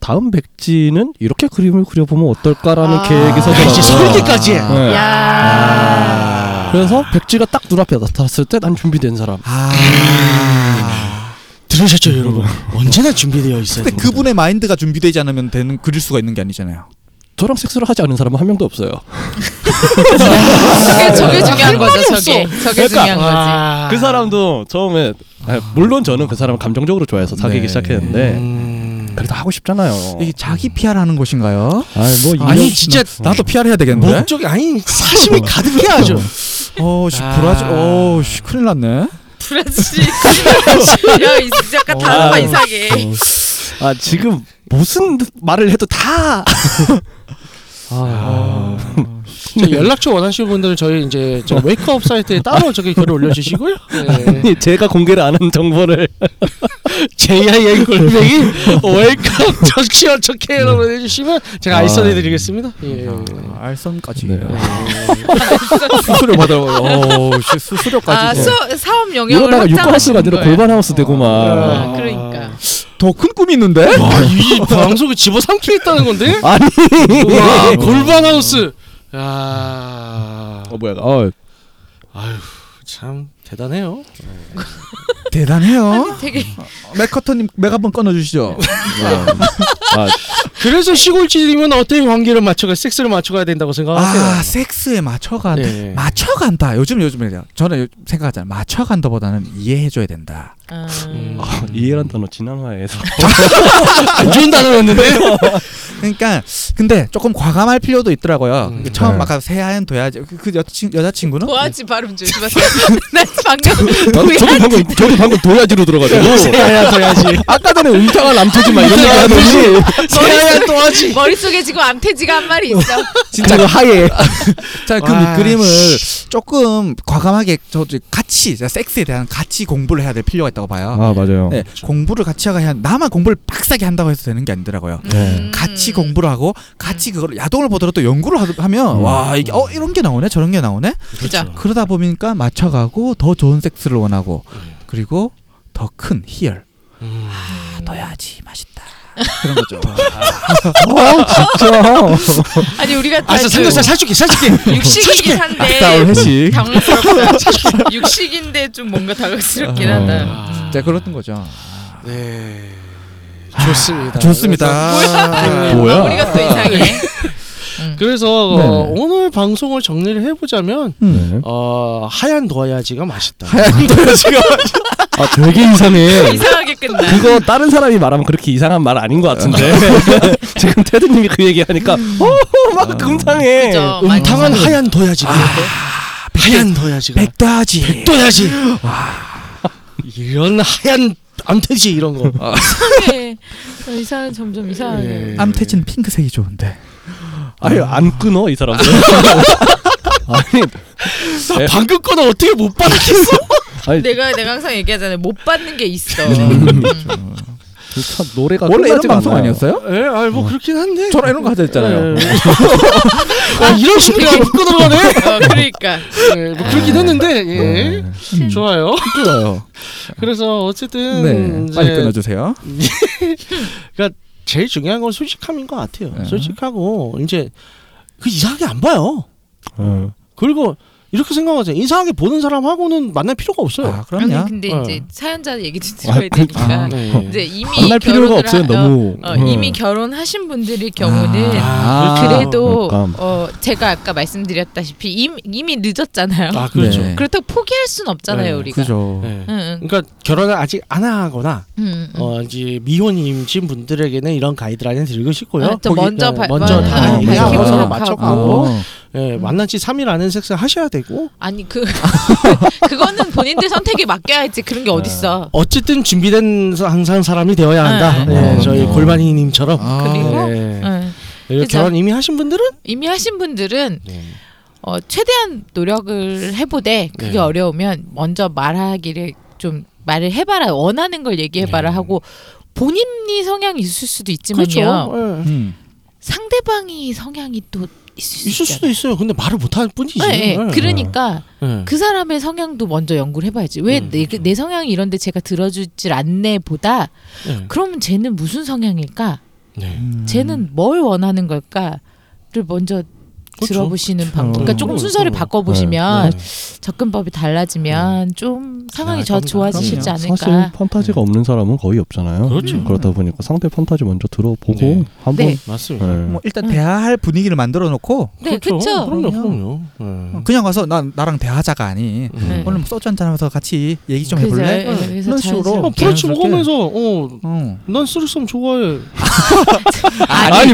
G: 다음 백지는 이렇게 그림을 그려보면 어떨까라는
C: 아.
G: 계획이
F: 아, 이제
G: 서더라고요.
F: 설계까지 해.
D: 아.
G: 네.
C: 야.
G: 그래서 백지가 딱 눈앞에 나타났을 때 난 준비된 사람.
F: 아.
D: 아.
F: 들으셨죠 여러분? 언제나 준비되어 있어야
D: 근데
F: 됩니다.
D: 그분의 마인드가 준비되지 않으면 되는 그릴 수가 있는 게 아니잖아요.
G: 저랑 섹스를 하지 않은 사람은 한 명도 없어요.
C: 저게 저게 중요한 거죠.
F: 말이
C: 저게 저게 중요한 거지.
F: 와.
G: 그 사람도 처음에 아, 물론 저는 그 사람을 감정적으로 좋아해서 사귀기
D: 네.
G: 시작했는데
F: 음.
G: 그래도 하고 싶잖아요.
D: 이게 자기 PR 하는 것인가요?
G: 아뭐
F: 아니 진짜
D: 나도 PR 해야 되겠는데?
F: 목적이 아니 사심이 가득해야죠.
D: 어, 씨,
F: 아.
D: 브라질, 어, 씨, 큰일 났네.
C: 브라질. 야, 이 진짜 약간
G: 아.
C: 단어가 이상해.
G: 아 지금 무슨 말을 해도 다
D: 아,
F: 저 연락처 원하시는 분들은 저희 이제 저 웨이크업 사이트에 따로 저기 글을 올려주시고요. (laughs) 네.
G: 아니, (laughs) 제가 공개를 안 한 (laughs) 정보를
F: JIN 골뱅이 (laughs) 음. 웨이크업 정치원 척해로 보내주시면 제가 알선해드리겠습니다. 예.
D: 알선까지.
G: 네.
F: 아.
D: 수수료
G: (laughs)
D: 받아. 어, 씨, 수수료까지.
C: 아, 수, 사업 영역을
G: 이러다가 유코하우스가
C: 확장하시는
G: 아니라
C: 거예요.
G: 골반 하우스 되고만
C: 아, 그러니까.
D: 더큰 꿈이 있는데?
F: 와이 방송을 집어삼키겠다는 건데?
G: 아니
F: 와 골반 하우스. 야.
G: 어 뭐야 어
F: 아유 참 대단해요.
D: 대단해요.
C: 되게
D: 맥커터님, 맥 한번 끊어주시죠.
F: 그래서 시골집이면 어떤 관계를 맞춰가 섹스를 맞춰가야 된다고 생각하세요?
D: 아, 섹스에 맞춰간다.
F: 예.
D: 맞춰간다. 요즘, 요즘에. 그냥 저는 요- 생각하잖아요. 맞춰간다보다는 이해해줘야 된다.
C: 아,
F: 음.
G: 이해란 단어 지난화에서
F: 안 좋은 단어였는데.
D: 그러니까, 근데 조금 과감할 필요도 있더라고요. 그
F: 음.
D: 처음
G: 네.
D: 막 새하얀 도야지. 그, 그 여친, 여자친구는?
C: 도화지 발음 조심하세요. 나 방금
G: 나도 저도 방금 저도 방금 도야지로 들어가지고
F: 새하얀 도화지.
G: 아까 전에 웅장한 남토지 막 이런 얘기 하더니
C: (laughs)
F: 새하얀 도화지.
C: 머릿속에 지금 암태지가 한 말이 있어.
G: 진짜 그 하얘
D: 자, 그
F: 와,
D: 그림을 조금 과감하게 저도 같이 자, 섹스에 대한 같이 공부를 해야 될 필요가 있다고 봐요.
G: 아 맞아요
D: 네, 공부를 같이 하가 해야 나만 공부를 빡세게 한다고 해서 되는 게 아니더라고요.
C: 음.
D: 같이 공부를 하고 같이 그걸 야동을 보더라도 연구를 하, 하면
G: 음.
D: 와 이게 어 이런 게 나오네 저런 게 나오네
C: 그죠.
D: 그러다 보니까 맞춰가고 더 좋은 섹스를 원하고 그리고 더 큰 희열
F: 음.
D: 아, 넣어야지 맛있다 그런 거죠
C: 아니 우리가 그
F: 아, 진짜 삼겹살 살줄게, 살줄게.
C: 육식이긴 한데
G: 회식
C: 당황스럽다. 육식인데 좀 뭔가 당황스럽긴
G: 아.
C: 하다.
D: 자 그렇던 거죠 아,
F: 네. 좋습니다.
D: 좋습니다
C: 뭐야?
G: 음.
B: 아,
G: 뭐야?
C: 아, 우리가 또 이상해. 음.
F: 그래서
B: 네.
F: 어, 오늘 방송을 정리를 해보자면
D: 음.
B: 네.
F: 어, 하얀 도화야지가 맛있다.
B: 아 되게 이상해.
C: 이상하게 끝나.
B: 그거 다른 사람이 말하면 그렇게 이상한 말 아닌 것
G: (laughs)
B: 같은데 지금 테드님이 그 얘기하니까
G: 음. 아.
B: 어막 금상해.
C: 그죠. 많이
F: 음탕한
C: 이상해.
F: 하얀 도야지가 하얀 도야지가
D: 백다지.
F: (gasps) 백도야지. 이런 하얀 암태지 이런 거.
C: 이상해. 어, 이상해. 점점 이상해.
F: 예.
D: 암태진 핑크색이 좋은데.
B: 아니 안 끊어 이
G: (laughs)
B: 사람들. 아니
F: 나 아, 방금 거는 어떻게 못 (laughs) 받겠어?
B: 아니
C: 내가 내가 항상 얘기하잖아요. 못 받는 게 있어.
B: 참 노래가
D: 원래 이런
B: 끝나지가
D: 방송
B: 않아요.
D: 아니었어요?
F: 예, 아뭐 그렇긴 한데. 예.
D: 저랑 이런 거 하자 했잖아요.
F: 네.
G: 네.
F: 아, 이런 소리가 못 끊어가네.
C: 어, 그러니까.
F: 예, 뭐 그렇긴 했는데. 예. 좋아요.
D: 좋아요.
F: (laughs) 그래서 어쨌든
D: 네.
F: 음, 이제
D: 빨리 끊어주세요.
F: 제일 중요한 건 솔직함인 것 같아요.
D: 예.
F: 솔직하고 이제 그 이상하게 안 봐요.
B: 응.
F: 그리고 이렇게 생각하세요. 이상하게 보는 사람하고는 만날 필요가 없어요.
D: 아
C: 아니
D: 그럼요.
C: 근데
F: 어.
C: 이제 사연자 얘기도 들어야
B: 아, 그-
C: 되니까.
B: 아,
F: 네.
C: (laughs) 이제 이미
B: 만날 필요가
C: 결혼을
B: 없어요.
C: 하-
B: 너무
C: 어,
G: 음.
C: 이미 결혼하신 분들의 경우는
F: 아,
D: 네.
C: 그래도
B: 그러니까.
C: 어, 제가 아까 말씀드렸다시피 이미, 이미 늦었잖아요.
F: 아 그렇죠.
D: 네.
C: 그렇다고 포기할 순 없잖아요
F: 네,
C: 우리가.
D: 그죠.
F: 예.
C: 응, 응,
F: 그러니까 결혼을 아직 안 하거나
C: 응, 응.
F: 어 이제 미혼임신 분들에게는 이런 가이드라인을 드리고 싶고요.
C: 아, 또
F: 거기-
C: 먼저
F: 네,
C: 바-
F: 먼저
C: 먼저
F: 다
D: 아,
F: 얘기하고
D: 먼저
F: 서로
D: 하고.
F: 맞춰가고
C: 어.
D: 아,
F: 예, 만난 지 3일 안에 섹스 하셔야 되고
C: 아니 그 (laughs) 그거는 본인들 선택에 맡겨야지 그런
B: 네.
C: 게 어딨어.
F: 어쨌든 준비된 사- 항상 사람이 되어야 한다.
C: 네.
F: 예,
D: 어.
F: 저희
D: 어.
F: 골반이님처럼
D: 아.
C: 그리고
B: 네.
F: 예.
C: 응.
F: 예,
C: 그죠.
F: 결혼 이미 하신 분들은
C: 이미 하신 분들은
F: 네.
C: 어, 최대한 노력을 해보되 그게
F: 네.
C: 어려우면 먼저 말하기를 좀 말을 해봐라 원하는 걸 얘기해봐라
F: 네.
C: 하고 본인이 성향이 있을 수도 있지만요
F: 그렇죠. 예.
D: 음.
C: 상대방이 성향이 또 있을 수
F: 있을 수도 있어요. 근데 말을 못할 뿐이지.
C: 있잖아요. 네, 네.
F: 예.
C: 그러니까
F: 예.
C: 그 사람의 성향도 먼저 연구를 해봐야지 왜
F: 음.
C: 내 내 성향이 이런데 제가 들어주질 않네보다
F: 예.
C: 그러면 쟤는 무슨 성향일까
F: 네.
D: 음.
C: 쟤는 뭘 원하는 걸까를 먼저
F: 그렇죠.
C: 들어보시는 방법 그러니까
F: 그렇죠.
C: 조금 순서를
F: 그렇죠.
C: 바꿔보시면
F: 네.
C: 접근법이 달라지면 좀 상황이 저
F: 그럼요.
C: 좋아지시지 않을까.
B: 사실 판타지가 없는 사람은 거의 없잖아요.
F: 음.
B: 음.
F: 그렇죠.
B: 그러다 보니까 상대 판타지 먼저 들어보고
F: 네.
B: 한번
C: 네.
F: 맞습니다.
B: 네.
D: 뭐 일단 대화할 분위기를 만들어 놓고
C: 네, 그렇죠.
F: 그럼요, 그럼요. 그, 예. 음.
D: 그냥 가서 나 나랑 대화자가 아니
C: 네.
D: 오늘 뭐 소주 한잔 하면서 같이 얘기 좀
C: 그래서
D: 해볼래?
C: 예, 그래서
D: 이런 식으로.
F: 어,
C: 자연스럽게.
F: 브런치
D: 자연스럽게.
F: 먹으면서 어,
D: 응.
F: 난 쓰리썸 좋아해.
B: 아니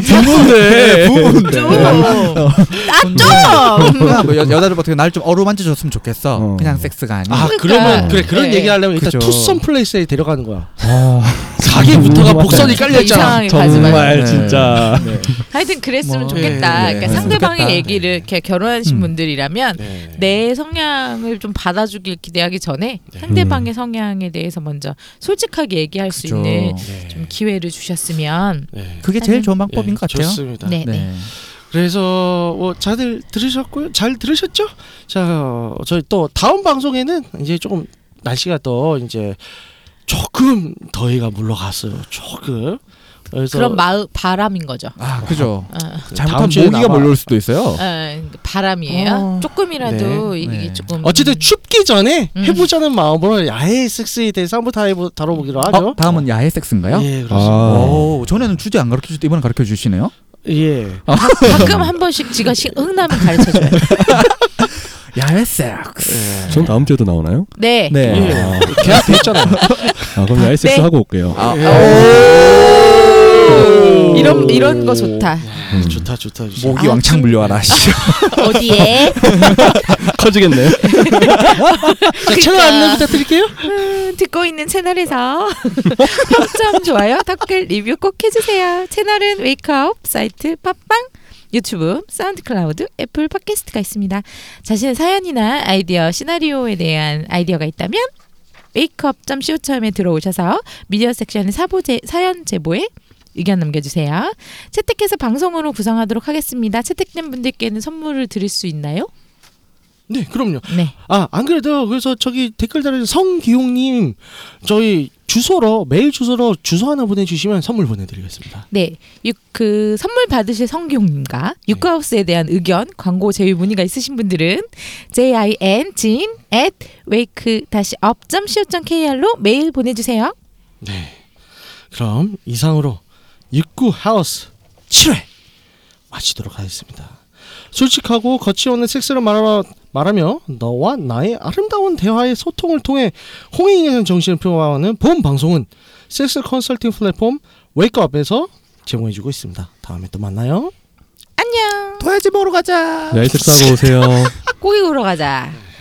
C: (laughs)
B: 부모인데
D: 부부인데.
C: 네, 좀!
D: 그냥 뭐 여, 여자를 어떻게 날 좀 어루만져 줬으면 좋겠어.
B: 어.
D: 그냥 섹스가 아니.
F: 아,
C: 그러니까.
F: 그러면 그래 그런
C: 네.
F: 얘기 하려면 일단
D: 그죠.
F: 투썸 플레이스에 데려가는 거야. (laughs)
B: 아,
F: 가게부터가
B: 음,
F: 복선이
C: 맞아요.
F: 깔려 있잖아.
C: 이상하게 가지 말고.
B: 정말
D: 네.
B: 진짜
C: 하여튼 그랬으면
D: 뭐,
C: 좋겠다.
D: 예, 예.
C: 그러니까 상대방의
D: 좋겠다.
C: 얘기를 이렇게 결혼하신
D: 음.
C: 분들이라면
F: 네.
C: 내 성향을 좀 받아주길 기대하기 전에 상대방의 성향에 대해서 먼저 솔직하게 얘기할 수
D: 그죠.
C: 있는
F: 네.
C: 좀 기회를 주셨으면.
F: 네.
D: 그게 제일 예, 좋은
F: 네,
D: 방법인 것 같아요.
F: 좋습니다.
C: 네, 네.
F: 그래서 뭐 다들 들으셨고요. 잘 들으셨죠? 자, 어, 저희 또 다음 방송에는 이제 조금 날씨가 또 이제 조금 더위가 물러갔어요. 조금. 그래서
C: 그런 마음 바람인 거죠.
D: 아, 그죠.
C: 어,
F: 다음 주에
D: 잘못하면 모기가
F: 나와.
D: 몰려올 수도 있어요.
C: 어, 바람이에요.
D: 어.
C: 조금이라도
D: 네,
C: 이게
D: 네.
C: 조금
F: 어쨌든 춥기 전에
C: 음.
F: 해보자는 마음으로 야외 섹스에 대해서 한번 다 해보, 다뤄보기로 하죠.
D: 어, 다음은 야외 섹스인가요? 어.
F: 예, 그렇습니다.
B: 아.
D: 오, 전에는 주제 안 가르쳐 주도 이번에 가르쳐 주시네요.
F: 예.
D: 아.
C: 가끔 한 번씩 지가 시- 응나면 가르쳐줘요.
D: 야외 섹스.
F: 예.
B: 아. 전 다음 주에도 나오나요?
C: 네.
D: 네.
F: 예. 계약됐잖아요.
B: 아 그럼 야이섹스
C: 네.
B: 하고 올게요.
G: (laughs)
D: 아,
F: 오.
C: 이런 이런 거 좋다.
F: 예, 좋다, 좋다, 좋다.
D: 모기
C: 아,
D: 왕창 물려와라. (laughs) 씨.
C: 어디에?
B: 커지겠네.
F: 자, 채널 안내 부탁드릴게요.
C: 음, (laughs) 듣고 있는 채널에서 평점 좋아요, 댓글 리뷰 꼭 해주세요. 채널은 웨이크업 사이트 팟빵. 유튜브, 사운드클라우드, 애플 팟캐스트가 있습니다. 자신의 사연이나 아이디어, 시나리오에 대한 아이디어가 있다면 웨이크업.co.com에 들어오셔서 미디어 섹션의 사보제, 사연 제보에 의견 남겨주세요. 채택해서 방송으로 구성하도록 하겠습니다. 채택된 분들께는 선물을 드릴 수 있나요?
F: 네, 그럼요.
C: 네.
F: 아, 안 그래도 그래서 저기 댓글 달아주신 성기용님 저희 주소로 메일 주소로 주소 하나 보내주시면 선물 보내드리겠습니다.
C: 네, 육- 그 선물 받으실 성기용님과 육가하우스에 대한 의견, 광고 제휴 문의가 있으신 분들은 jin 진 at wake up co.kr로 메일 보내주세요.
F: 네. 그럼 이상으로 육구 하우스 7회 마치도록 하겠습니다. 솔직하고 거침없는 섹스를 말하, 말하며 너와 나의 아름다운 대화의 소통을 통해 홍익에는 정신을 표방하는 본 방송은 섹스 컨설팅 플랫폼 웨이크업에서 제공해주고 있습니다. 다음에 또 만나요.
C: 안녕.
D: 도야지 먹으러 아, 가자.
B: 야이 섹스하고 오세요.
C: 고기 아, 구러 가자.